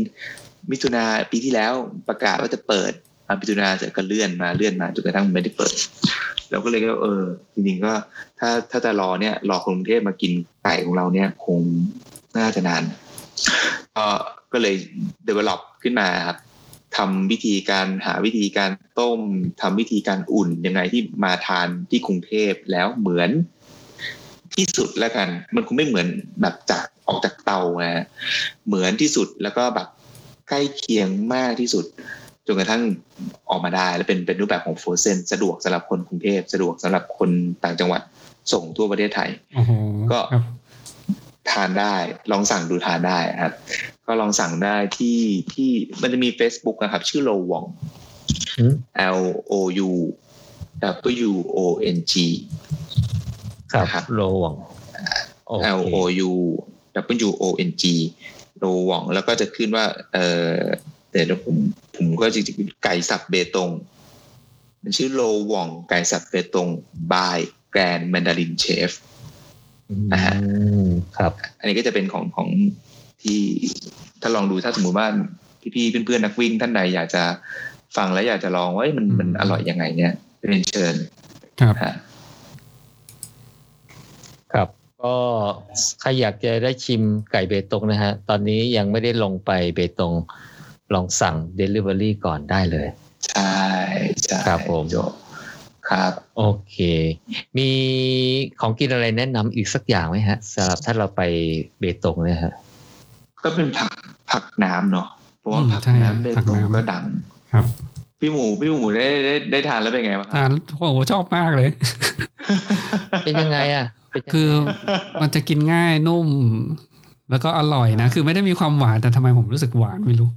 มิถุนาปีที่แล้วประกาศว่าจะเปิดอ่ะมิถุนาเสร็จก็เลื่อนมาเลื่อนมาจนกระทั่งไม่ได้เปิด เราก็เลยก็เออจริงๆก็ถ้าถ้าจะรอเนี่ยรอคนกรุงเทพมากินไก่ของเราเนี่ยคงน่าจะนานก็ก็เลย develop ขึ้นมาครับทำวิธีการหาวิธีการต้มทำวิธีการอุ่นยังไงที่มาทานที่กรุงเทพแล้วเหมือนที่สุดแล้วกัน มันคงไม่เหมือนแบบจากออกจากเตาไงฮะเหมือนที่สุดแล้วก็แบบใกล้เคียงมากที่สุด จนกระทั่งออกมาได้แล้วเป็นเป็นรูปแบบของโฟเซนสะดวกสำหรับคนกรุงเทพสะดวกสำหรับคนต่างจังหวัดส่งทั่วประเทศไทย โอ้โห ก็ ครับ ทานได้ลองสั่งดูทานได้ครับ ก็ลองสั่งได้ที่ที่มันจะมี Facebook นะครับ ชื่อโลวอง อืม L O U W O N G ครับ ครับ โลวังโอเค L O U W O N G โลวองแล้วก็จะขึ้นว่า เออเดี๋ยวผมผมก็จริงๆไก่สับเบตง มันชื่อโลวองไก่สับเบตง by Grand Mandarin Chef อืมครับ อันนี้ก็จะเป็นของของที่ถ้าลองดูถ้าสมมุติว่าพี่ๆเพื่อนๆนักวิ่งท่านใดอยากจะฟังแล้วอยากจะลองว่าเอ้ยมันมัน อืม อร่อยยังไงเนี่ยเรียนเชิญ ครับ ฮะ ครับก็ใครอยากจะได้ชิมไก่เบตงนะฮะ ตอนนี้ยังไม่ได้ลงไปเบตง ลองสั่ง Delivery ก่อนได้เลย ใช่ใช่ ครับผม จบครับ โอเค มีของกินอะไรแนะนำอีกสักอย่างไหมฮะสำหรับถ้าเราไปเบตงเนี่ยฮะ ก็เป็นผักผักน้ำเนาะเพราะว่า อืม ผัก ใช่ฮะ น้ำเป็น ผัก ตรง น้ำ ก็ดัง ครับ พี่หมูพี่หมูได้ได้ได้ทานแล้วเป็นไงบ้างค ทา รับ นโอ้โหชอบมากเลย เป็นยังไงอ่ะเป็นยังไง คือมันจะกินง่ายนุ่ม แล้วก็อร่อยนะ คือไม่ได้มีความหวานแต่ทำไมผมรู้สึกหวานไม่รู้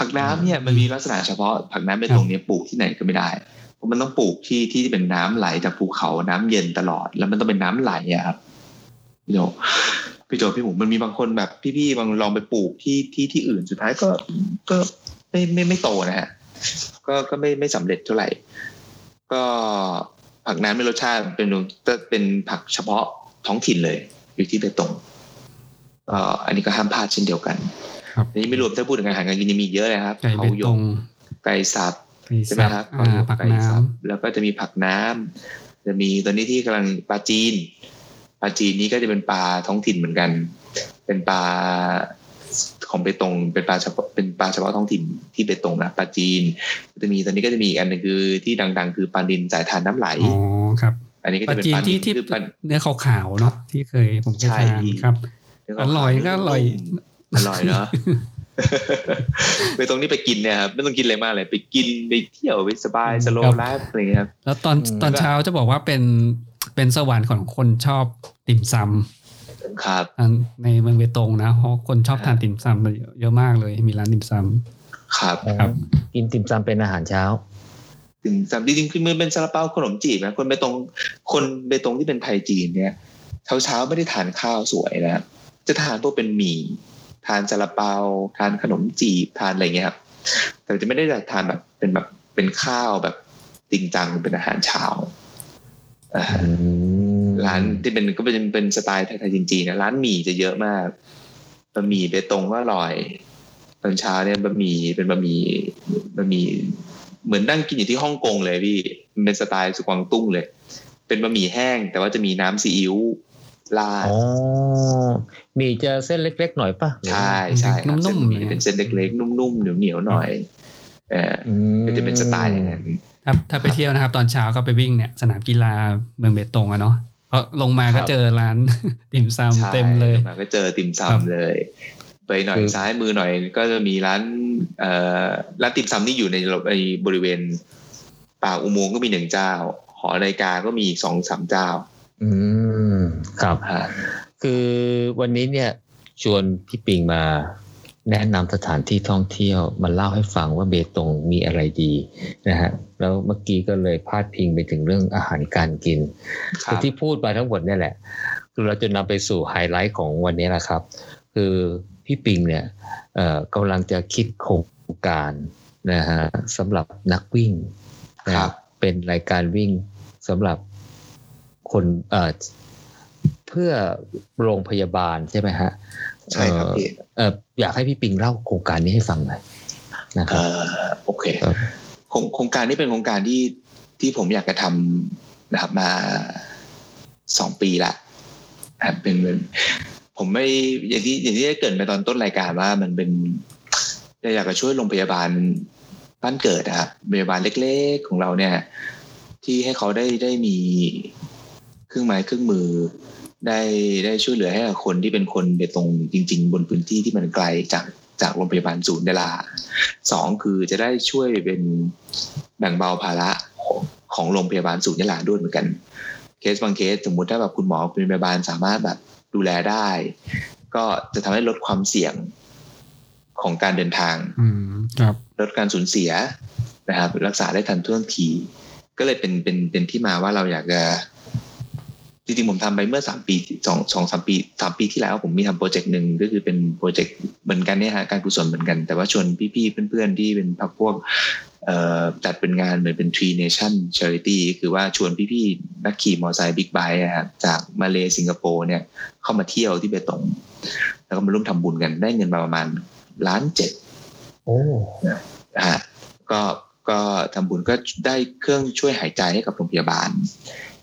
ผักน้ำเนี่ยมันมีลักษณะเฉพาะผักน้ำเป็นตรงเนี้ยปลูกที่ไหนก็ไม่ได้เพราะมันต้องปลูกที่ที่เป็นน้ำไหลจากภูเขาน้ำเย็นตลอด แล้วมันต้องเป็นน้ำไหลอะครับพี่โจพี่โจพี่หมูมันมีบางคนแบบพี่ๆบางลองไปปลูกที่ที่ที่อื่นสุดท้ายก็ก็ไม่ไม่ไม่โตนะฮะก็ก็ไม่ไม่สำเร็จเท่าไหร่ ก็ผักน้ำเป็นรสชาติเป็นจะเป็นผักเฉพาะท้องถิ่นเลย อยู่ที่เบตงเอ่ออันนี้ก็ห้ามพลาดเช่นเดียวกัน ครับ อันนี้ไม่รวมถ้าพูดถึงอาหารการกินยังมีเยอะเลยครับ ไก่เบ เขาหย ต ก ง ไก่สับ ไก่ ใช่ไหม สับ ครับ อ่าผักน้ สับแล้วก็จะมีผักน้ำจะมีตอนนี้ที่กำลังปลาจีนปลาจีนนี้ก็จะเป็นปลาท้องถิ่นเหมือนกัน เป็นปลาของเบตงเป็นปลาเฉพาะเป็นปลาเฉพาะท้องถิ่นที่เบตงนะปลาจีนจะมีตอนนี้ก็จะมีอีกอันหนึงคือที่ดัง ๆ คือปลาดินสายทานน้ำไหล ำอ๋อครับ อันนี้ก็ ปลา จะเป็น จีน ปลาดิ ที่ น ที่ คือปลา เนื้อขาวๆเนาะที่เคยผมเคย ใช่ ทานครับ อร่อยก็อร่อย อร่อยเนาะ ไปตรงนี้ไปกินเนี่ยครับไม่ต้องกินอะไรมากเลยไปกินไปเที่ยวไปสบายสโล ครับ ไลฟ์อะไรเงี้ยครับ แล้วตอน อืม ตอนเช้าจะบอกว่าเป็นเป็นสวรรค์ของคนชอบติ่มซ ครับ ำอันในเมืองเบตงนะเพราะคนชอบทานติ่มซำเยอะมากเลยมีร้านติ่มซ ครับ ครับ กินติ่มซำเป็นอาหารเช้า ถึงสามจริงๆคือมันเป็นซาลาเปาขนมจีบนะคนเบตงคนเบตงที่เป็นไทยจีนเนี่ยเช้าเช้าๆไม่ได้ทานข้าวสวยนะครับจะทานพวกเป็นหมี่ทานซาลาเปา ทานขนมจีบทานอะไรเงี้ยครับแต่จะไม่ได้ทานแบบเป็นแบบเป็นข้าวแบบจริงจังเป็นอาหารเช้าอ่าฮะ อืม ร้านที่เป็นก็เป็นเป็นสไตล์ไทยๆจีนๆนะร้านหมี่จะเยอะมากบะหมี่เบตงก็อร่อยตอนเช้าเนี่ยบะหมี่เป็นบะหมี่บะหมี่เหมือนนั่งกินอยู่ที่ฮ่องกงเลยพี่มันเป็นสไตล์สุกวางตุ้งเลย เป็นบะหมี่แห้ง แต่ว่าจะมีน้ำซีอิ๊วราด อ๋อมีจะเส้นเล็กๆหน่อยป่ะ ใช่ใช่ครับ นุ่ เส้น มๆ บะหมี่ เนี่ย เป็นเส้นเล็กๆนุ่มๆเหนียวๆหน่อยเออ อืม ก็จะเป็นสไตล์อย่างนั้น ำครับถ้าไปเที่ยวนะครับ ตอนเช้าก็ไปวิ่งเนี่ยสนามกีฬาเมืองเบตงอะเนาะเพราะลงมาก็ ครับ เจอร้าน ติ่มซำเต็มเลย ใช่มาก็เจอติ่ม ครับ ซำเลย ไปหน่อย คือ ซ้ายมือหน่อยก็จะมีร้านเอ่อร้านติ่มซำที่อยู่ในระบบไอ้บริเวณป่ากอุโมงค์ก็มีหนึ่งเจ้า หอนาฬิกาก็มีอีกสองสามเจ้า อืมครับ ฮะ คือวันนี้เนี่ยชวนพี่ปิงมาแนะนำสถานที่ท่องเที่ยวมาเล่าให้ฟังว่าเบตงมีอะไรดีนะฮะแล้วเมื่อกี้ก็เลยพาดพิงไปถึงเรื่องอาหารการกิน ครับ ที่พูดมาทั้งหมดเนี่ยแหละ คือเราจะนำไปสู่ไฮไลท์ของวันนี้แหละครับ คือพี่ปิงเนี่ยเอ่อกำลังจะคิดโครงการนะฮะสำหรับนักวิ่งนะครับ เป็นรายการวิ่งสำหรับ คนเอ่อเพื่อโรงพยาบาลใช่ไหมฮะ ใช่ครับพี่ เอ่ออยากให้พี่ปิงเล่าโครงการนี้ให้ฟังหน่อยนะค เอ่ รับ อโอเค ครับ โครงโครงการนี้เป็นโครงการที่ที่ผมอยากจะทำนะครับมาสองปีละนะครับเป็นเป็นผมไม่อย่างที่อย่างที่ได้เกรินไปตอนต้นรายการว่ามันเป็นอยากจะช่วยโรงพยาบาลบ้านเกิดนะครับโรงพยาบาลเล็ก ๆ ของเราเนี่ย ที่ให้เขาได้ได้มีเครื่องไม้เครื่องมือ ได้ได้ช่วยเหลือให้กับคนที่เป็นคนเบตงจริง ๆ บนพื้นที่ที่มันไกลจากจากโรงพยาบาลศูนย์เดลาสองคือจะได้ช่วยเป็นแบ่งเบาภาระของของโรงพยาบาลศูนย์ยะลาด้วยเหมือนกัน เคสบางเคสสมมุติถ้าแบบคุณหมอคุณพยาบาลสามารถแบบดูแลได้ ก็จะทำให้ลดความเสี่ยงของการเดินทาง อืมครับ ลดการสูญเสียนะครับ รักษาได้ทันท่วงที ก็เลยเป็นเป็นเป็นที่มาว่าเราอยากจะจริงๆผมทำไปเมื่อสามปีสองสองสามปีสามปีที่แล้วผมมีทำโปรเจกต์หนึ่งก็คือเป็นโปรเจกต์เหมือนกันเนี่ยฮะการกุศลเหมือนกัน แต่ว่าชวนพี่ๆเพื่อนๆที่เป็นพักพวกเอ่อจัดเป็นงานเหมือนเป็น Tree Nation Charity คือว่าชวนพี่ๆนักขี่มอเตอร์ไซค์บิ๊กไบค์อะครับจากมาเลสิงคโปร์เนี่ยเข้ามาเที่ยวที่เบตงแล้วก็มาร่วมทำบุญกันได้เงินมาประมาณล้านเจ็ด โอ้ นะฮะก็ก็ทำบุญก็ได้เครื่องช่วยหายใจให้กับโรงพยาบาล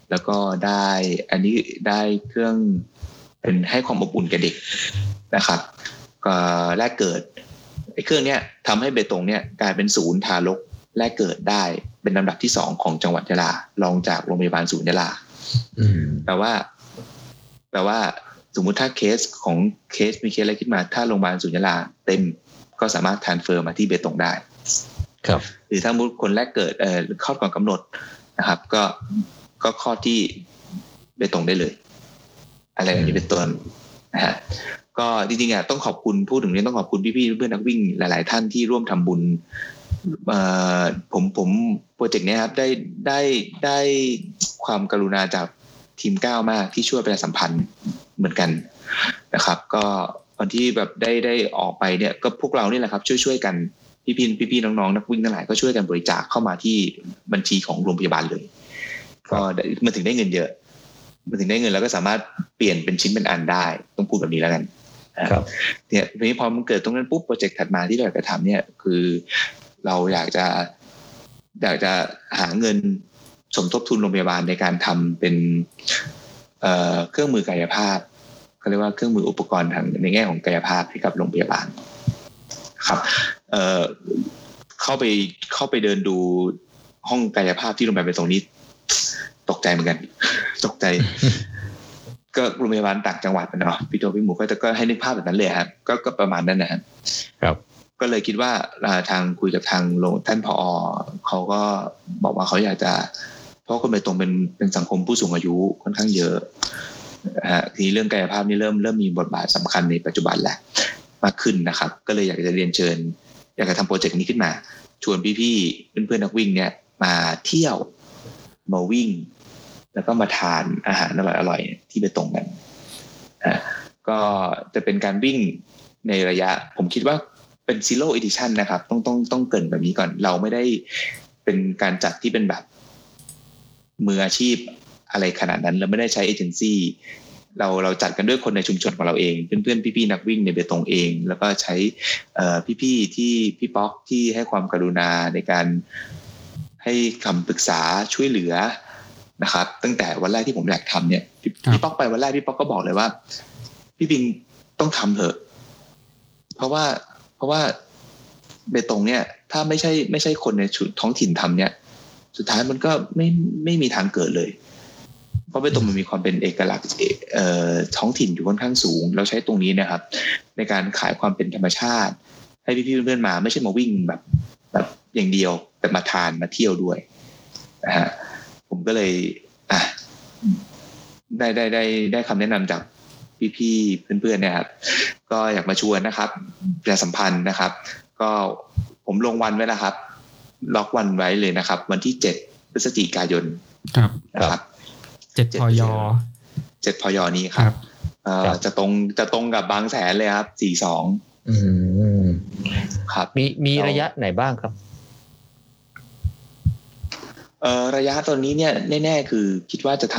แล้วก็ได้อันนี้ได้เครื่องเป็นให้ความอบอุ่นแกับเด็กนะครับ ก็แรกเกิดไอ้เครื่องเนี้ยทำให้เบตงเนี่ยกลายเป็นศูนย์ทารกแรกเกิดได้เป็นลำดับที่สองของจังหวัดยะลารองจากโรงพยาบาลศูนย์ยะลา อืม แปลว่าแปลว่าสมมุติถ้าเคสของเคสมีเคสอะไรขึ้นมา ถ้าโรงพยาบาลศูนย์ยะลาเต็มก็สามารถทานเฟอร์มาที่เบตงได้ ครับ หรือถ้ามุดคนแรกเกิดเอ่อคลอดก่อนกำหนดนะครับ ก็ก็คลอดที่เบตงได้เลย อะไรแบบนี้เป็นต้นนะฮะก็จริงๆอ่ะต้องขอบคุณพูดถึงเรื่องต้องขอบคุณพี่ๆเพื่อนนักวิ่งหลาย ๆ ท่านที่ร่วมทำบุญเอ่อผมผมโปรเจกต์เนี้ยครับได้ได้ได้ความกรุณาจากทีมก้าวมากที่ช่วยประชาสัมพันธ์เหมือนกันนะครับ ก็ตอนที่แบบได้ได้ออกไปเนี่ยก็พวกเรานี่แหละครับ ช่วยช่วยๆกัน พี่พี่พี่พี่น้องน้องๆนักวิ่งทั้งหลายก็ช่วยกันบริจาคเข้ามาที่บัญชีของโรงพยาบาลเลย ครับ ก็ได้มันถึงได้เงินเยอะ มันถึงได้เงินแล้วก็สามารถเปลี่ยนเป็นชิ้นเป็นอันได้ต้องพูดแบบนี้แล้วกันนะครับ เนี่ยทีนี้พอมันเกิดตรงนั้นปุ๊บโปรเจกต์ถัดมาที่เราอยากจะทำเนี่ย คือเราอยากจะอยากจะหาเงินสมทบทุนโรงพยาบาลในการทำเป็นเอ่อเครื่องมือกายภาพเขาเรียกว่าเครื่องมืออุปกรณ์ทางในแง่ของกายภาพให้กับโรงพยาบาลครับ เอ่อเข้าไปเข้าไปเดินดูห้องกายภาพที่โรงพยาบาลเป็นตรงนี้ ตกใจเหมือนกัน ตกใจ ก็โรงพยาบาลต่างจังหวัดนะเนาะพี่โตพี่หมูก็จะก็ให้นึกภาพแบบนั้นเลยครับก็ก็ประมาณนั้นนะครับ ครับ ก็เลยคิดว่าอ่าทางคุยกับทางโรงท่านพอเขาก็บอกว่าเขาอยากจะ เพราะคนไปตรงเป็นเป็นสังคมผู้สูงอายุค่อนข้างเยอะนะฮะทีนี้เรื่องกายภาพนี่เริ่มเริ่มมีบทบาทสำคัญในปัจจุบันแหละมากขึ้นนะครับ ก็เลยอยากจะเรียนเชิญ อยากจะทำโปรเจกต์นี้ขึ้นมา ชวนพี่ๆเพื่อนๆนักวิ่งเนี่ย มาเที่ยวมาวิ่ง แล้วก็มาทานอาหารอร่อยๆที่ไปตรงกันอ่ะก็จะเป็นการวิ่งในระยะ ผมคิดว่าเป็นซีโร่ d อ t i ชันนะครับ ต้องต้องต้องเกรินแบบนี้ก่อน เราไม่ได้เป็นการจัดที่เป็นแบบ มืออาชีพอะไรขนาดนั้นเราไม่ได้ใช้เอเจนซี่เราเราจัดกันด้วยคนในชุมชนของเราเอง เพื่อนๆพี่ๆนักวิ่งในเบตงเอง แล้วก็ใช้ เอ่อพี่ๆที่พี่ป๊อกที่ให้ความกรุณาในการให้คำปรึกษาช่วยเหลือนะครับ ตั้งแต่วันแรกที่ผมอยากทำเนี่ยพี่พี่ป๊อกไปวันแรกพี่ป๊อกก็บอกเลยว่า พี่ปิงต้องทำเถอะ เพราะว่าเพราะว่าเบตงเนี่ย ถ้าไม่ใช่ไม่ใช่คนในชุดท้องถิ่นทำเนี่ย สุดท้ายมันก็ไม่ไม่มีทางเกิดเลย เพราะเบตงมันมีความเป็นเอกลักษณ์เอ่อท้องถิ่นอยู่ค่อนข้างสูง เราใช้ตรงนี้นะครับ ในการขายความเป็นธรรมชาติ ให้พี่ๆเพื่อนๆมาไม่ใช่มาวิ่งแบบ แบบอย่างเดียวแต่มาทานมาเที่ยวด้วยนะฮะผมก็เลยอ่ะได้ได้ได้ได้คำแนะนำจากพี่ๆเพื่อนๆเนี่ยครับก็อยากมาชวนนะครับประชาสัมพันธ์นะครับ ก็ผมลงวันไว้แล้วครับ ล็อกวันไว้เลยนะครับ วันที่เจ็ดพฤศจิกายน ครับ นะครับ เจ็ดพอยอ เจ็ดพยอนี้ ค ครั รั บบ เอ่อ ครับ จะตรงจะตรงกับบางแสนเลยครับสี่สอง อืม ครับ มีมีระยะไหนบ้างครับ เอ่อระยะตอนนี้เนี่ยแน่ ๆ คือคิดว่าจะท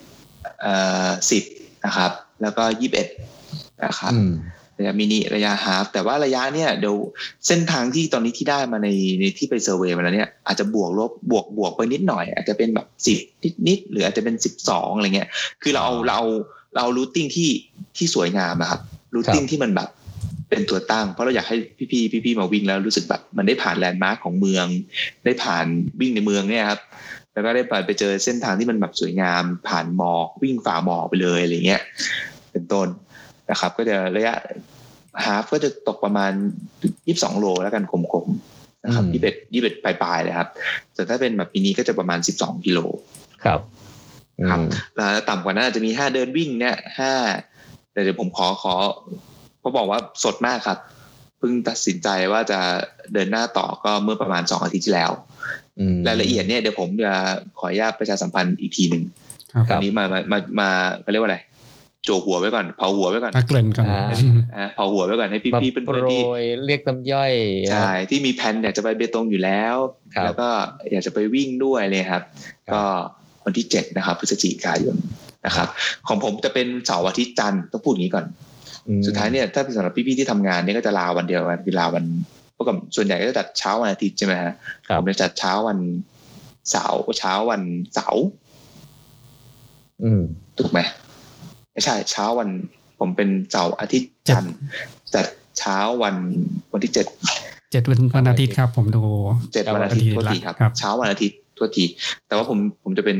ำ เอ่อสิบนะครับ แล้วก็ยี่สิบเอ็ดนะครับ อืม ระยะมินิระยะฮาฟแต่ว่าระยะเนี่ยเดี๋ยวเส้นทางที่ตอนนี้ที่ได้มาในในที่ไปเซอร์เวย์มาแล้วเนี่ยอาจจะบวกลบบวกบวกไปนิดหน่อย อาจจะเป็นแบบสิบนิดนิดๆหรืออาจจะเป็นสิบสองอะไรเงี้ยคือเราเอาเราเอาเรารูทติ้งที่ที่สวยงามนะครับรูทติ้งที่มันแบบเป็นตัวตั้ง เพราะเราอยากให้พี่พี่พี่พี่ๆมาวิ่งแล้วรู้สึกแบบมันได้ผ่านแลนด์มาร์คของเมือง ได้ผ่านวิ่งในเมืองเนี่ยครับแล้วก็ได้ผ่านไปเจอเส้นทางที่มันแบบสวยงาม ผ่านหมอกวิ่งฝ่าหมอกไปเลยอะไรเงี้ยเป็นต้น นะครับก็จะระยะฮาฟก็จะตกประมาณ 22 โลแล้วกันคมๆนะครับ อื 21 21ปลายๆเลยครับ แต่ถ้าเป็นแบบปีนี้ก็จะประมาณ 12 กิโล ครับ ครับ อืม แล้วต่ำกว่านั้นอาจจะมี 5 เดินวิ่งเนี่ย5แต่เดี๋ยวผมขอขอเพราะบอกว่าสดมากครับเพิ่งตัดสินใจว่าจะเดินหน้าต่อก็เมื่อประมาณ 2 อาทิตย์ที่แล้ว อืม รายละเอียดเนี่ยเดี๋ยวผมจะขออนุญาตประชาสัมพันธ์อีกทีหนึ่ง ครับ ตอนนี้มามามามาเขาเรียกว่าอะไรโจวหัวไว้ก่อนเผาหัวไว้ก่อน มาเกริ่นก่อน อ่า อ่ะเผาหัวไว้ก่อนให้พี่พี่ๆ มา เพื่อน โปร เพื่อนที่ ยเรียกน้ำย่อย ใช่ที่มีแผนอยากจะไปเบตงอยู่แล้ว ครับ แล้วก็อยากจะไปวิ่งด้วยเลยครับ ครับ ก็วันที่เจ็ดนะครับพฤศจิกายนนะครับ ของผมจะเป็นเสาร์อาทิตย์จันทร์ต้องพูดอย่างนี้ก่อน อืม สุดท้ายเนี่ยถ้าเป็นสำหรับพี่ๆที่ทำงานเนี่ยก็จะลาวันเดียวกันคือลาวันเพราะกับส่วนใหญ่ก็จะจัดเช้าวันอาทิตย์ใช่ไหมฮะ ครั ผ บ มจะจัดเช้าวันเสาร์เช้าวันเสาร์ อืม ถูกไหมไม่ใช่เช้าวันผมเป็นเสาร์อาทิตย์จันทร์จัดเช้าวันวันที่เจ็ด เจ็ดวันวันอาทิตย์ครับ ผมดู เจ็ดวันอาทิตย์โทษทีครับ ครับ เช้าวันอาทิตย์โทษที แต่ว่าผมผมจะเป็น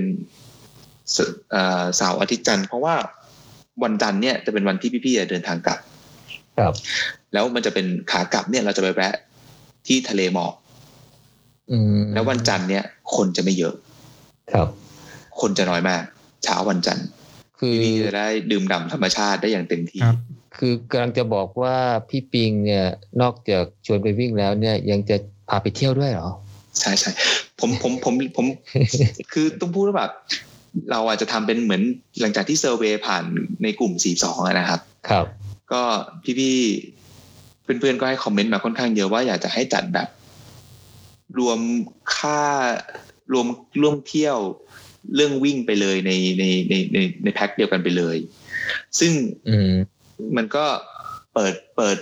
สเอ่อเสาร์อาทิตย์จันทร์เพราะว่าวันจันทร์เนี่ยจะเป็นวันที่พี่ๆจะเดินทางกลับ ครับ แล้วมันจะเป็นขากลับเนี่ยเราจะไปแวะที่ทะเลหมอก อืม แล้ววันจันทร์เนี่ย คนจะไม่เยอะ ครับ คนจะน้อยมาก เช้าวันจันทร์ คือ พี่ๆจะได้ดื่มด่ำธรรมชาติได้อย่างเต็มที่ ครับ คือกำลังจะบอกว่าพี่ปิงเนี่ยนอกจากชวนไปวิ่งแล้วเนี่ย ยังจะพาไปเที่ยวด้วยเหรอ ใช่ใช่ผมผมผมผม คือต้องพูดว่าแบบเราอาจจะทำเป็นเหมือนหลังจากที่เซอร์เวย์ผ่านในกลุ่มสี่สองนะครับ ครับ ก็พี่ๆเพื่อนๆก็ให้คอมเมนต์มาค่อนข้างเยอะว่าอยากจะให้จัดแบบ รวมค่ารวมร่วมเที่ยวเรื่องวิ่งไปเลยในในในในในแพ็คเดียวกันไปเลย ซึ่ง อืม มันก็เปิดเปิด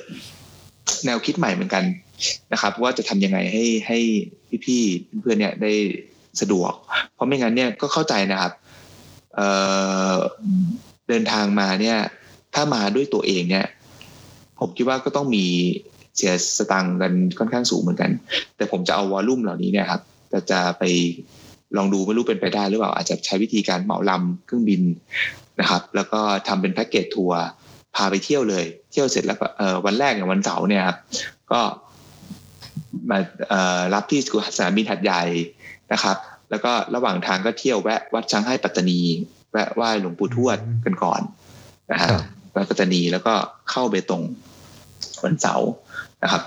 แนวคิดใหม่เหมือนกันนะครับ ว่าจะทำยังไงให้ให้พี่ๆเพื่อนๆเนี่ยได้สะดวก เพราะไม่งั้นเนี่ยก็เข้าใจนะครับเอ่อเดินทางมาเนี่ย ถ้ามาด้วยตัวเองเนี่ย ผมคิดว่าก็ต้องมีเสียสตังค์กันค่อนข้างสูงเหมือนกัน แต่ผมจะเอาวอลลุ่มเหล่านี้เนี่ยครับจะจะไปลองดูไม่รู้เป็นไปได้หรือเปล่าอาจจะใช้วิธีการเหมาลำเครื่องบินนะครับ แล้วก็ทำเป็นแพ็กเกจทัวร์พาไปเที่ยวเลย เที่ยวเสร็จแล้วก็เอ่อวันแรกอย่างวันเสาร์เนี่ยครับก็มาเอ่อรับที่สนามบินหัดใหญ่นะครับ แล้วก็ระหว่างทางก็เที่ยวแวะวัดช้างให้ปัตตานี แวะไหว้หลวงปู่ทวดกันก่อนนะฮะ ครับ วัดปัตตานีแล้วก็เข้าเบตงวันเสาร์นะครับ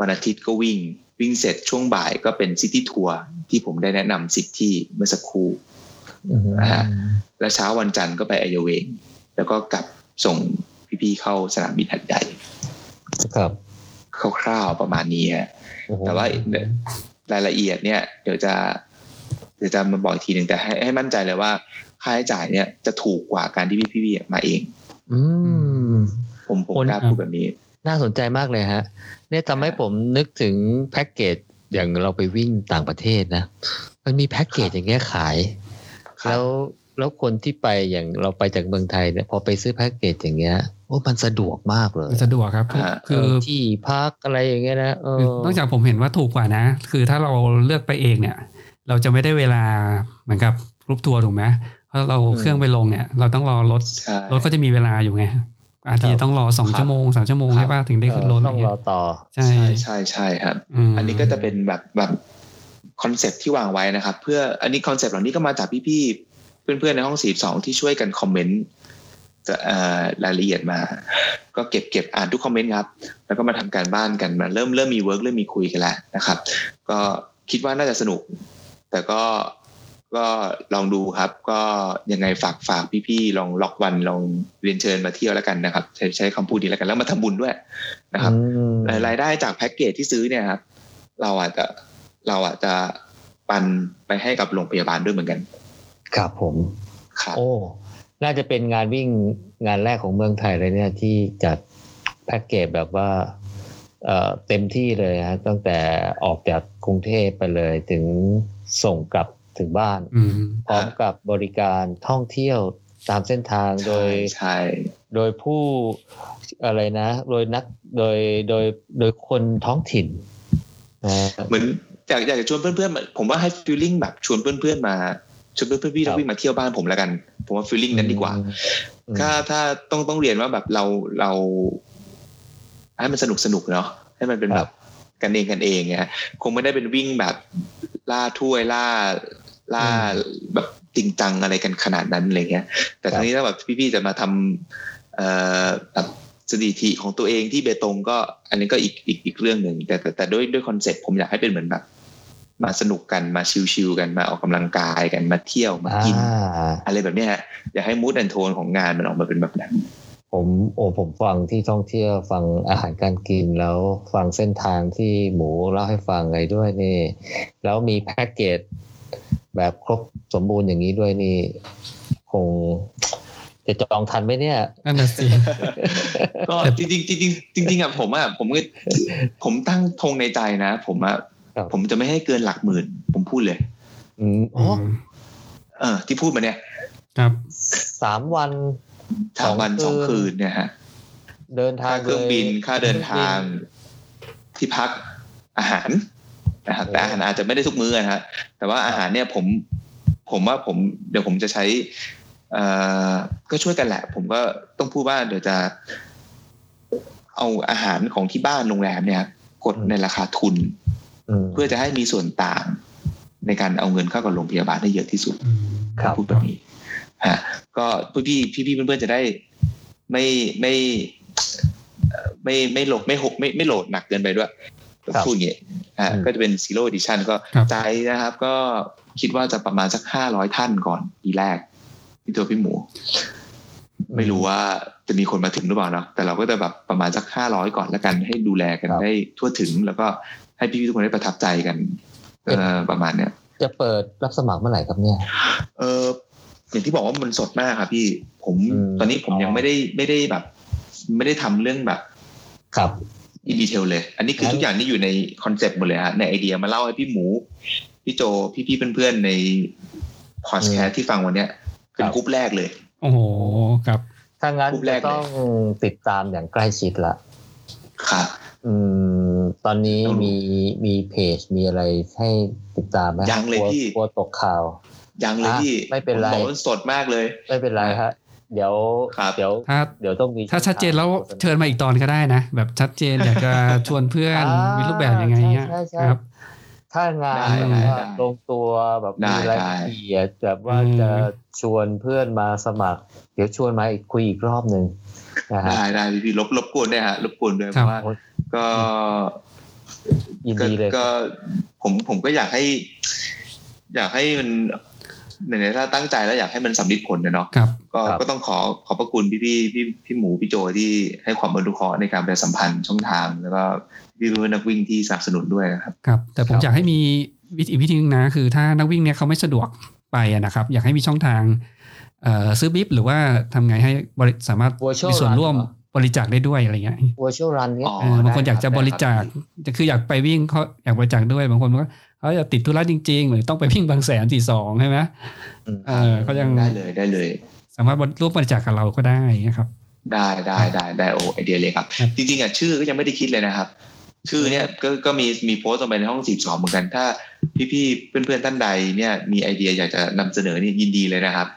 วันอาทิตย์ก็วิ่งวิ่งเสร็จช่วงบ่ายก็เป็นซิตี้ทัวร์ที่ผมได้แนะนำสิบที่เมื่อสักครู่ อืม อ่า และเช้าวันจันทร์ก็ไปไอเยาเวง แล้วก็กลับส่งพี่ๆเข้าสนามบินหัดใหญ่ ครับ คร่าวๆประมาณนี้ฮะ โอ้โห แต่ว่ารายละเอียดเนี่ย เดี๋ยวจะเดี๋ยวจะมาบอกอีกทีหนึ่งแต่ให้ให้มั่นใจเลยว่า ค่าใช้จ่ายเนี่ยจะถูกกว่าการที่พี่ๆมาเอง อืม ผมผม คน กล้าพูดแบบนี้ น่าสนใจมากเลยฮะ เนี่ยทำให้ผมนึกถึงแพ็กเกจอย่างเราไปวิ่งต่างประเทศนะ มันมีแพ็กเกจอย่างเงี้ยขาย ครับ แล้วแล้วคนที่ไปอย่างเราไปจากเมืองไทยเนี่ยพอไปซื้อแพ็กเกจอย่างเงี้ยโอ้มันสะดวกมากเลย สะดวกครับ อ่า คือ ที่พักอะไรอย่างเงี้ยนะเออ คือนอกจากผมเห็นว่าถูกกว่านะ คือถ้าเราเลือกไปเองเนี่ย เราจะไม่ได้เวลาเหมือนกับกรุ๊ปทัวร์ถูกไหมเพราะเรา อืม เครื่องไปลงเนี่ย เราต้องรอรถ ใช่ รถก็จะมีเวลาอยู่ไง อาทิตย์ต้องรอสอง ครับ ชั่วโมงสามชั่วโมง ครับ ใช่ป่ะถึงได้ขึ้นรถ เออ อะไร ต้องร เงี้ อย ต่อ ใช่ ใช่ใช่ใช่ครับ ม อันนี้ก็จะเป็นแบบแบบคอนเซปที่วางไว้นะครับ เพื่ออันนี้คอนเซปเหล่านี้ก็มาจากพี่ๆเพื่อนๆในห้องสีสองที่ช่วยกันคอมเมนต์จะเอ่อรายละเอียดมา ก็เก็บเก็บอ่านทุกคอมเมนต์ครับ แล้วก็มาทำการบ้านกันมาเริ่มเริ่มมีเวิร์กเริ่มมีคุยกันแล้วนะครับ ก็คิดว่าน่าจะสนุก แต่ก็ก็ลองดูครับ ก็ยังไงฝากฝากพี่ๆลองล็อกวันลองเรียนเชิญมาเที่ยวแล้วกันนะครับ ใช้ใช้คำพูดนี้แล้วกันแล้วมาทำบุญด้วยนะครับ อืม รายรายได้จากแพ็กเกจที่ซื้อเนี่ยครับ เราอาจจะเราอาจจะปันไปให้กับโรงพยาบาลด้วยเหมือนกัน ครับผม ครับ โอ้ น่าจะเป็นงานวิ่งงานแรกของเมืองไทยเลยเนี่ยที่จัดแพ็กเกจแบบว่าเอ่อเต็มที่เลยฮะตั้งแต่ออกจากกรุงเทพไปเลยถึงส่งกลับถึงบ้าน อืม พร้อมกับบริการท่องเที่ยวตามเส้นทางโดย ใช่ โดยผู้อะไรนะ โดยนักโดยโดยโดยคนท้องถิ่นนะฮะ เหมือนอยากอยากจะชวนเพื่อนๆมาผมว่าให้ฟีลลิ่งแบบชวนเพื่อนๆมาชวนเพื่อนๆพี่ ครั นัก บ วิ่งมาเที่ยวบ้านผมแล้วกัน ผมว่าฟีลลิ่งนั้นดีกว่า อืม ถ้าถ้าต้องต้องเรียนว่าแบบเราเรา ให้มันสนุกสนุกเนาะให้มันเป็น ค แบ รั บบ กันเองกันเองเนี่ยคงไม่ได้เป็นวิ่งแบบล่าถ้วยล่าล่าแบบจริงจังอะไรกันขนาดนั้นอะไรเงี้ย แต่ทั้งนี้ถ้าแบบพี่ๆจะมาทำเอ่อแบบสถิติของตัวเองที่เบตงก็ อันนี้ก็อีกอีกอีกเรื่องหนึ่งแต่แต่แต่ด้วยด้วยคอนเซ็ปต์ผมอยากให้เป็นเหมือนแบบ มาสนุกกันมาชิลๆกันมาออกกำลังกายกันมาเที่ยวมา อ่า กิน อะไรแบบเนี้ยฮะอยากให้มูดแอนโทนของงานมันออกมาเป็นแบบนั้น ผมโอ้ผมฟังที่ท่องเที่ยวฟังอาหารการกินแล้วฟังเส้นทางที่หมูเล่าให้ฟังไงด้วยนี่ แล้วมีแพ็กเกจแบบครบสมบูรณ์อย่างนี้ด้วยนี่ คง จะจองทันไหมเนี่ย นั่นน่ะสิ ก็ จริงๆจริงๆจริงๆอ่ะผมอ่ะผมก็ผมตั้งธงในใจนะ ผมอ่ะ ครับ ผมจะไม่ให้เกินหลักหมื่น ผมพูดเลย อืมอ๋อ ม เออ ที่พูดมาเนี่ย ครับ สามวัน สามวัน ส ส อ อง ง คื คื น นเนี่ยฮะ เดินทา ค่างเครื่องบิน ลย ค่าเดินทาง ที่พักอาหารนะฮะแต่อาหารอาจจะไม่ได้ทุกมื้อนะฮะแต่ว่าอาหารเนี่ยผม ผมว่าผม เดี๋ยวผมจะใช้ เอ่อก็ช่วยกันแหละ ผมก็ต้องพูดว่าเดี๋ยวจะ เอาอาหารของที่บ้านโรงแรมเนี่ย กด อืม ในราคาทุน อืม เพื่อจะให้มีส่วนต่าง ในการเอาเงินเข้ากับโรงพยาบาลได้เยอะที่สุด อืม ครับ พูดแบบนี้ฮะก็พี่พี่พี่ๆเพื่อนๆจะได้ไม่ไม่เอ่อไม่ไม่โหลดไม่หกไม่ไม่โหลดหนักเกินไปด้วย ครับ พูดอย่างนี้ฮะ อืม ก็จะเป็นซีโร่ดิชันก็ ครับ ใจนะครับ ก็คิดว่าจะประมาณสักห้าร้อยท่านก่อนทีแรกที่ตัวพี่หมู ไม่รู้ว่าจะมีคนมาถึงหรือเปล่าเนาะแต่เราก็จะแบบประมาณสักห้าร้อยก่อนแล้วกันให้ดูแลกัน ครับ ได้ทั่วถึงแล้วก็ให้พี่ๆทุกคนได้ประทับใจกันเออประมาณเนี้ย จะเปิดรับสมัครเมื่อไหร่ครับเนี่ย เอออย่างที่บอกว่ามันสดมากครับพี่ผม อืม ตอนนี้ผม อ๋อ ยังไม่ได้ไม่ได้แบบ ไม่ได้ทำเรื่องแบบ ครับ อินดีเทลเลย อันนี้คือ งั้น ทุกอย่างนี่อยู่ในคอนเซปต์หมดเลยฮะในไอเดียมาเล่าให้พี่หมู พี่โจพี่ๆเพื่อนๆในพอดแคสต์ที่ฟังวันเนี้ยเป็นกรุ๊ปแรกเลย โอ้โหครับ ถ้างั้น รูปแร จะ กเลย ต้องติดตามอย่างใกล้ชิดละ ครับ อืม ตอนนี้ ต้องรู้ มีมีเพจมีอะไรให้ติดตามไหม ยังเลย กว พี่ กลัวตกข่าว ยังเลย อ่ะ พี่ ไม่เป็นไร ผบอกว่าสดมากเลย ไม่เป็นไรฮะ เดี๋ยว ครับ เดี๋ยว ถ้า เดี๋ยวต้องมี ถ้าชัดเจนแล้วเชิญมาอีกตอนก็ได้นะ แบบชัดเจนอยากจะชวนเพื่อน อ่า มีรูปแบบยังไงเงี้ย ใช่ใช่ ครับ ถ้างาน ได้ แบบ ได้ ว่า ได้ ลงตัวแบบ ได้ มีราย ได้ ละเอียดแบบว่า อืม จะชวนเพื่อนมาสมัคร เดี๋ยวชวนมาอีกคุยอีกรอบหนึ่งนะฮะ ได้ได้พี่พี่รบรบกวนด้วยฮะรบกวนด้วย ค เพ รับ ราะว่าก็ ยิน ก็ ดีเลย ก็ผมผมก็อยากให้ อยากให้มันไหนๆถ้าตั้งใจแล้วอยากให้มันสำลิดผลนะเนาะ ครับ ก็ ครับ ก็ต้องขอขอบพระคุณพี่พี่พี่พี่หมูพี่โจที่ให้ความอนุเคราะห์ในการประชาสัมพันธ์ช่องทางแล้วก็พี่รู้นักวิ่งที่สนับสนุนด้วยนะครับ ครับ แต่ผม ครับ อยากให้มีวิธีอีกวิธีหนึงนะ คือถ้านักวิ่งเนี่ยเขาไม่สะดวกไปอะนะครับ อยากให้มีช่องทางเอ่อซื้อบิฟหรือว่าทำไงให้บริสามารถ Virtual มีส่วนร่วม เหรอ บริจาคได้ด้วยอะไรเงี้ย virtual run เนี่ย อ๋อ เออบางคนอยากจะ ได้ครับ บริจาคจะคืออยากไปวิ่งเขาอยากบริจาคด้วย บางคนก็เขาจะติดธุระจริง ๆ หรือต้องไปวิ่งบางแสนสี่สองใช่ไหม อืม เออเขายัง ได้เลยได้เลย สามารถร่วมบริจาคกับเราก็ได้นะครับ ได้ได้ได้ได้โอไอเดียเลยครับ ครับ จริงๆอ่ะชื่อก็ยังไม่ได้คิดเลยนะครับ ชื่อเนี่ยก็ก็มีมีโพสต์ลงไปในห้องสีสองเหมือนกัน ถ้าพี่ๆเพื่อนๆท่านใดเนี่ยมีไอเดียอยากจะนำเสนอเนี่ยยินดีเลยนะครับ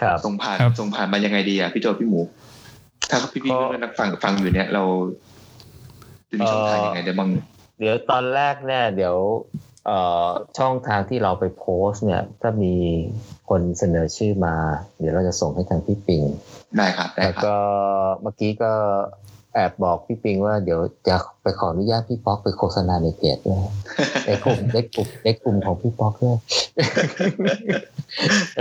ครับ ส่งผ่าน ครับ ส่งผ่านมายังไงดีอ่ะพี่โจพี่หมู ถ้าพี่ๆ ก็ เพื่อนๆนักฟังฟังอยู่เนี่ยเราจะมีช่องทางยังไงได้บ้าง เดี๋ยวตอนแรกเนี่ยเดี๋ยวเอ่อช่องทางที่เราไปโพสต์เนี่ย ถ้ามีคนเสนอชื่อมา เดี๋ยวเราจะส่งให้ทางพี่ปิง ได้ครับได้ แล้ว ครับ ก็เมื่อกี้ก็แอบบอกพี่ปิงว่าเดี๋ยวจะไปขออนุญาตพี่ป๊อกไปโฆษณาในเพจด้วยในกลุ่มในกลุ่มในกลุ่มของพี่ป๊อกด้วย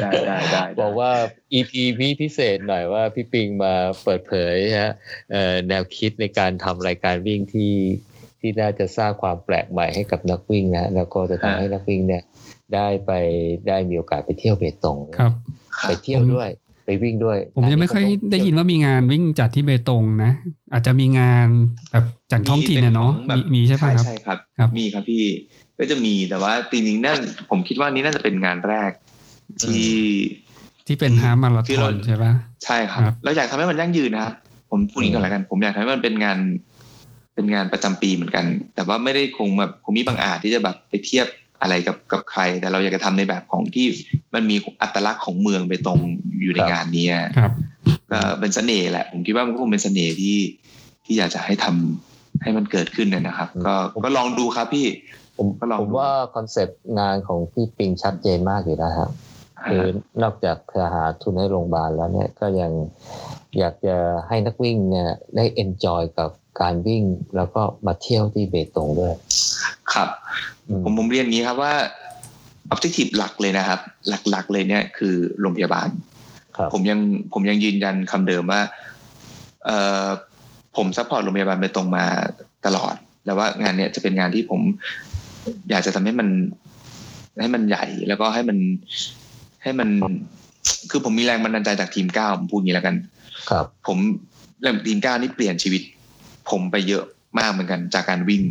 ได้ได้ได้ได้ บอกว่า EP พี่พิเศษหน่อยว่าพี่ปิงมาเปิดเผยฮะเอ่อแนวคิดในการทำรายการวิ่งที่ที่น่าจะสร้างความแปลกใหม่ให้กับนักวิ่งนะแล้วก็จะทำให้นักวิ่งเนี่ยได้ไปได้มีโอกาสไปเที่ยวเบตง ครับ ครับ ไปเที่ยวด้วย ไปวิ่งด้วย ผมยังไม่ค่อยได้ยินว่ามีงานวิ่งจัดที่เบตงนะ อาจจะมีงานแบบจากท้องถิ่นนะเนาะ แบบ มีมีใช่ปะครับ ใช่ครับ ครับ มีครับพี่ก็จะมีแต่ว่าปีนี้นั่นผมคิดว่านี้น่าจะเป็นงานแรก ที่ ที่เป็นฮามารา ที่ ธอ เรา นใช่ปะ ใช่ครับ ครับ เราอยากทำให้มันยั่งยืนนะครับผมพูดอย่างนี้ก่อนละกัน ผมอยากทำให้มันเป็นงาน เป็นงานประจำปีเหมือนกัน แต่ว่าไม่ได้คงแบบคงมีบางอาจที่จะแบบไปเทียบอะไรกับกับใคร แต่เราอยากจะทำในแบบของที่มันมีอัตลักษณ์ของเมืองไปตรงอยู่ในงานเนี้ย ครับ ก็เป็นเสน่ห์แหละ ผมคิดว่ามันก็คงเป็นเสน่ห์ที่ที่อยากจะให้ทำให้มันเกิดขึ้นเนี่ยนะครับ ก็ก็ลองดูครับพี่ ผม ก็ลองผดูมว่าคอนเซปต์งานของพี่ปิงชัดเจนมากอยู่แล้วครับ คือนอกจากจะหาทุนให้โรงพยาบาลแล้วเนี่ยก็ยังอยากจะให้นักวิ่งเนี่ยได้เอนจอยกับการวิ่ง แล้วก็มาเที่ยวที่เบตงด้วย ครับ อืม ผมผมเรียนอย่างนี้ครับว่า objective หลักเลยนะครับ หลักๆเลยเนี่ยคือโรงพยาบาล ครับ ผมยังผมยังยืนยันคำเดิมว่าเออผมซัพพอร์ตโรงพยาบาลไปตรงมาตลอด แล้วว่างานเนี้ยจะเป็นงานที่ผมอยากจะทำให้มัน ให้มันใหญ่แล้วก็ให้มันให้มัน คือผมมีแรงบันดาลใจจากทีมเก้าผมพูดอย่างนี้แล้วกัน ครับ ผมเรื่องทีมเก้านี่เปลี่ยนชีวิต ผมไปเยอะมากเหมือนกันจากการวิ่ง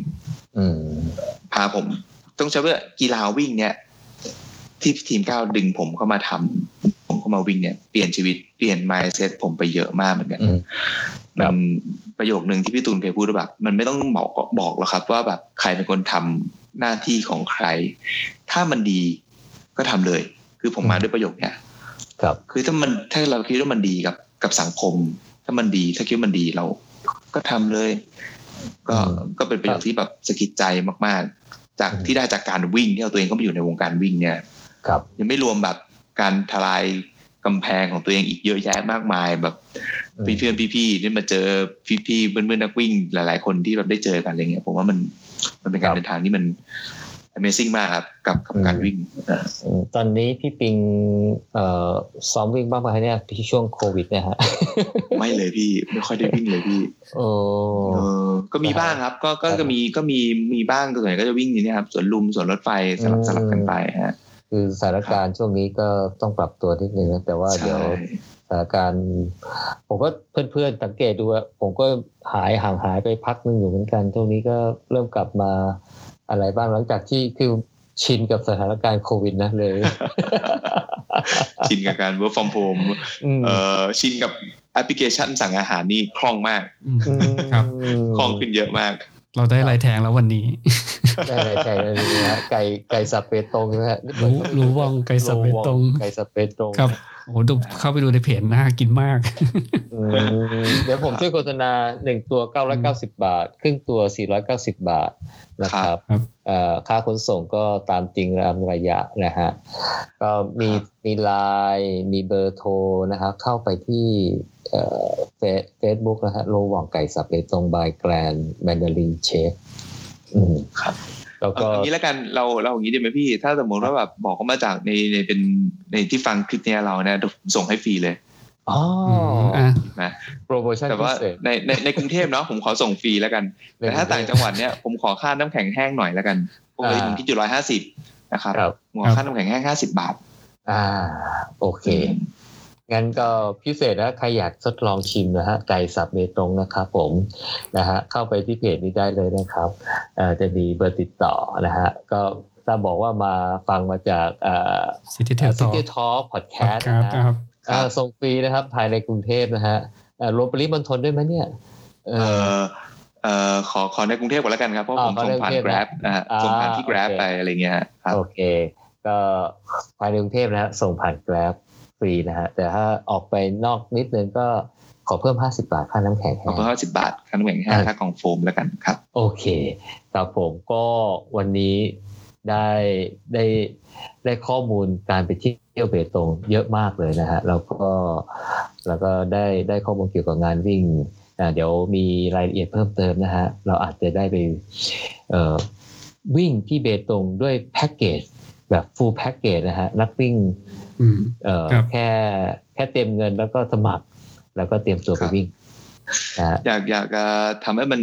อืม พาผม ต้องใช้ว่ากีฬาวิ่งเนี่ย ที่ทีมเก้าดึงผมเข้ามาทำผมเข้ามาวิ่งเนี่ยเปลี่ยนชีวิตเปลี่ยน mindset ผมไปเยอะมากเหมือนกัน อืม ครั มั บ นประโยคหนึ่งที่พี่ตูนเคยพูดว่าแบบ มันไม่ต้องบอกบอกหรอกครับ ว่าแบบใครเป็นคนทำหน้าที่ของใคร ถ้ามันดีก็ทำเลย คือผมมาด้วยประโยคเนี่ย ครับ คือถ้ามันถ้าเราคิดว่ามันดีกับกับสังคม ถ้ามันดีถ้าคิดว่ามันดีเรา ก็ทำเลย ก็ก็เป็นประโยชน์ที่แบบสะกิดใจมาก ๆ จากที่ได้จากการวิ่งที่เอาตัวเองเข้าไปอยู่ในวงการวิ่งเนี่ย ครับ ยังไม่รวมแบบการทลายกำแพงของตัวเองอีกเยอะแยะมากมายแบบ อืม เพื่อนๆพี่ๆได้มาเจอพี่ๆเพื่อนๆนักวิ่ง หลาย ๆ คนที่แบบได้เจอกันอะไรเงี้ยผมว่ามันมันเป็นการเดินทางที่มัน Amazing มากครับกับกับการวิ่งอ่า อืมตอนนี้พี่ปิงเอ่อซ้อมวิ่งบ้างไหมเนี่ยที่ช่วงโควิดเนี่ยฮะ ไม่เลยพี่ไม่ค่อยได้วิ่งเลยพี่ โอ้ เออก็มีบ้างครับ ก็ก็ ครับ จะมีก็มีมีบ้างส่วนใหญ่ก็จะวิ่งอย่างนี้ครับสวนลุมสวนรถไฟสลับ อืม สลับกันไปฮะ คือสถานการณ์ช่วงนี้ก็ต้องปรับตัวนิดนึงนะแต่ว่าเดี๋ยว ใช่ สถานการณ์ผมก็เพื่อนๆสังเกตดูอะผมก็หายห่างหายไปพักหนึงอยู่เหมือนกันช่วงนี้ก็เริ่มกลับมาอะไรบ้างหลังจากที่คือชินกับสถานการณ์โควิดนะ เลย ชินกับการ work from home อืม เอ่อชินกับแอปพลิเคชันสั่งอาหารนี่คล่องมาก อืม ม ครับ คล่องขึ้นเยอะมาก เราได้ลายแทงแล้ววันนี้ ได้ได้ใช่ได้ได้ฮะไก่ไก่สับเปตงนะฮะนี่เปิด รู้รู้วองไก่สเปตรง ไก่สับเปตง ครับโอ้โหดูเข้าไปดูในเพจน่ากินมาก อืมเดี๋ยวผมช่วยโฆษณาหนึ่งตัว 990 บาท ครึ่งตัว 490 บาทนะครับ ครับ เอ่อค่าขนส่งก็ตามจริงตามระยะนะฮะ ก็มี ครับ มีไลน์มีเบอร์โทรนะครับเข้าไปที่เฟซบุ๊กนะฮะโลหว่างไก่สับเบตงบายแกรนแมนดารินเชฟอืม ครับ แล้ว เอา ก็ อย่างนี้แล้วกันเราเราอย่างนี้ดีไหมพี่ ถ้าสมมติว่าแบบบอกเขามาจากในในเป็นในที่ฟังคลิปเนี้ยเราเนี่ยเดี๋ยวผมส่งให้ฟรีเลย อ๋ออ มอ่ะ โปรโมชั่น แต่ พิ ว่า เศษ ในในในกรุงเทพเนาะผมขอส่งฟรีแล้วกัน แต่ถ้าต่างจังหวัดเนี่ยผมขอค่าน้ำแข็งแห้งหน่อยแล้วกันผมเลยผมคิดอยู่ร้อยห้าสิบนะครับ ครับ หัวค่าน้ำแข็งแห้งห้าสิบบาท อ่า โอเค งั้นก็พิเศษนะใครอยากทดลองชิมนะฮะไก่สับเบตงนะครับผมนะฮะเข้าไปที่เพจนี้ได้เลยนะครับเอ่อจะมีเบอร์ติดต่อนะฮะก็ถ้าบอกว่ามาฟังมาจากเอ่อ ซิตี้เทล ซิ ต่อ ตี้ทอล์กพอดแคสต์ ครับ นะคฮะรับ เอ่อส่งฟรีนะครับภายในกรุงเทพนะฮะเอ่อรวมปริมณฑลด้วยไหมเนี่ยเอ เอ อ อเออขอขอในกรุงเทพก่อนแล้วกันครับเพราะ อ่า ผม ขอ ส่ ใน ง กรุ ผ่าง น เทพ Grab นะฮะ อ่า ส่งผ่านที่ Grab โอเค ไปอะไรเงี้ยฮะครับ โอเค ก็ภายในกรุงเทพนะฮะส่งผ่านแกร็บฟรีนะฮะแต่ถ้าออกไปนอกนิดนึงก็ขอเพิ่ม 50 บาทค่าน้ำแข็ง ขอเพิ่ม นะ ห้าสิบบาทค่าน้ำแข็งแห้ง อ่า ค่ากล่องโฟมแล้วกันครับ โอเคครับผมก็วันนี้ได้ได้ได้ข้อมูลการไปเที่ยวเบตงเยอะมากเลยนะฮะแล้วก็แล้วก็ได้ได้ข้อมูลเกี่ยวกับงานวิ่งอ่าเดี๋ยวมีรายละเอียดเพิ่มเติมนะฮะเราอาจจะได้ไปเอ่อวิ่งที่เบตงด้วยแพ็กเกจแบบ full แพ็กเกจนะฮะนักวิ่ง อืม เอ่อ ครับ แค่แค่เตรียมเงินแล้วก็สมัคร แล้วก็เตรียมตัวไป ครับ วิ่งนะฮะ อยากอยากจะทำให้มัน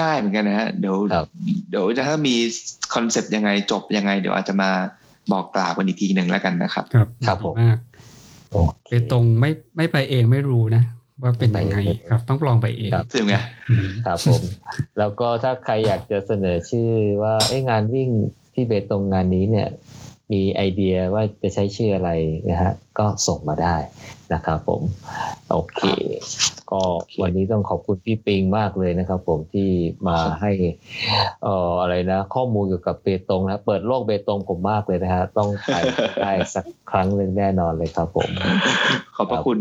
ง่ายๆเหมือนกันนะฮะเดี๋ยว ครับ เดี๋ยวจะถ้ามีคอนเซปต์ยังไงจบยังไง เดี๋ยวอาจจะมาบอกกล่าวกันอีกทีหนึ่งแล้วกันนะครับ ครับ ครับผม มาก โอเค เปตรงไม่ไม่ไปเองไม่รู้นะ ว่าเป็นยังไงครับ ต้องลองไปเอง ครับ ถึงไง อืม ครับผม แล้วก็ถ้าใครอยากจะเสนอชื่อว่าเอ้ยงานวิ่งที่เบตงงานนี้เนี่ย มีไอเดียว่าจะใช้ชื่ออะไรนะฮะก็ส่งมาได้นะครับผม โอเค ก็วันนี้ต้องขอบคุณพี่ปิงมากเลยนะครับ ผมที่มาให้เอ่ออะไรนะ ข้อมูลเกี่ยวกับเบตงนะเปิดโลกเบตงผมมากเลยนะฮะต้องไปได้สักครั้งหนึ่งแน่นอนเลยครับผม ขอบพระคุณ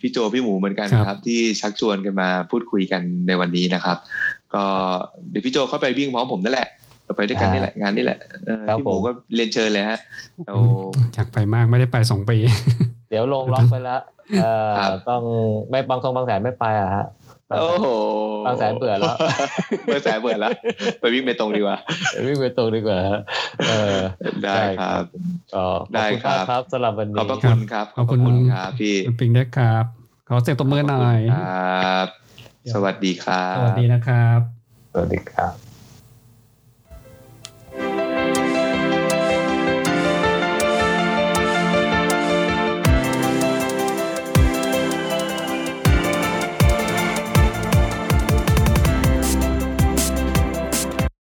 พี่โจพี่หมูเหมือนกัน ครับ ครับ ที่ชักชวนกันมาพูดคุยกันในวันนี้นะครับ ก็เดี๋ยวพี่โจเข้าไปวิ่งพร้อมผมนั่นแหละเราไปด้วยกันนี่แหละงานนี่แหละเออ ครับ พี่หมู ผม ก็เรียนเชิญเลยฮะเรา อยากไปมากไม่ได้ไปสองปี เดี๋ยวลงล็อกไปละเอ่อ ครับ ต้องไม่บางทงบางแสนไม่ไปอะฮะ โอ้โห บางแสนเบื่อแล้ว บางแสนเบื่อแล้ว ไปวิ่งไปตรงดีกว่า วิ่งไปตรงดีกว่าฮะเออ ได้ครับ ก็ ได้ ขอบณมากคครับรับสำหรับวัน ขอบ นี้ พระคุณครับ ขอบคุณ ครับพี่ คุณปิงด้วยครับ ขอเสียงตบมือหน่อย ครับ สวัสดีครับ สวัสดีนะครับ สวัสดีครับ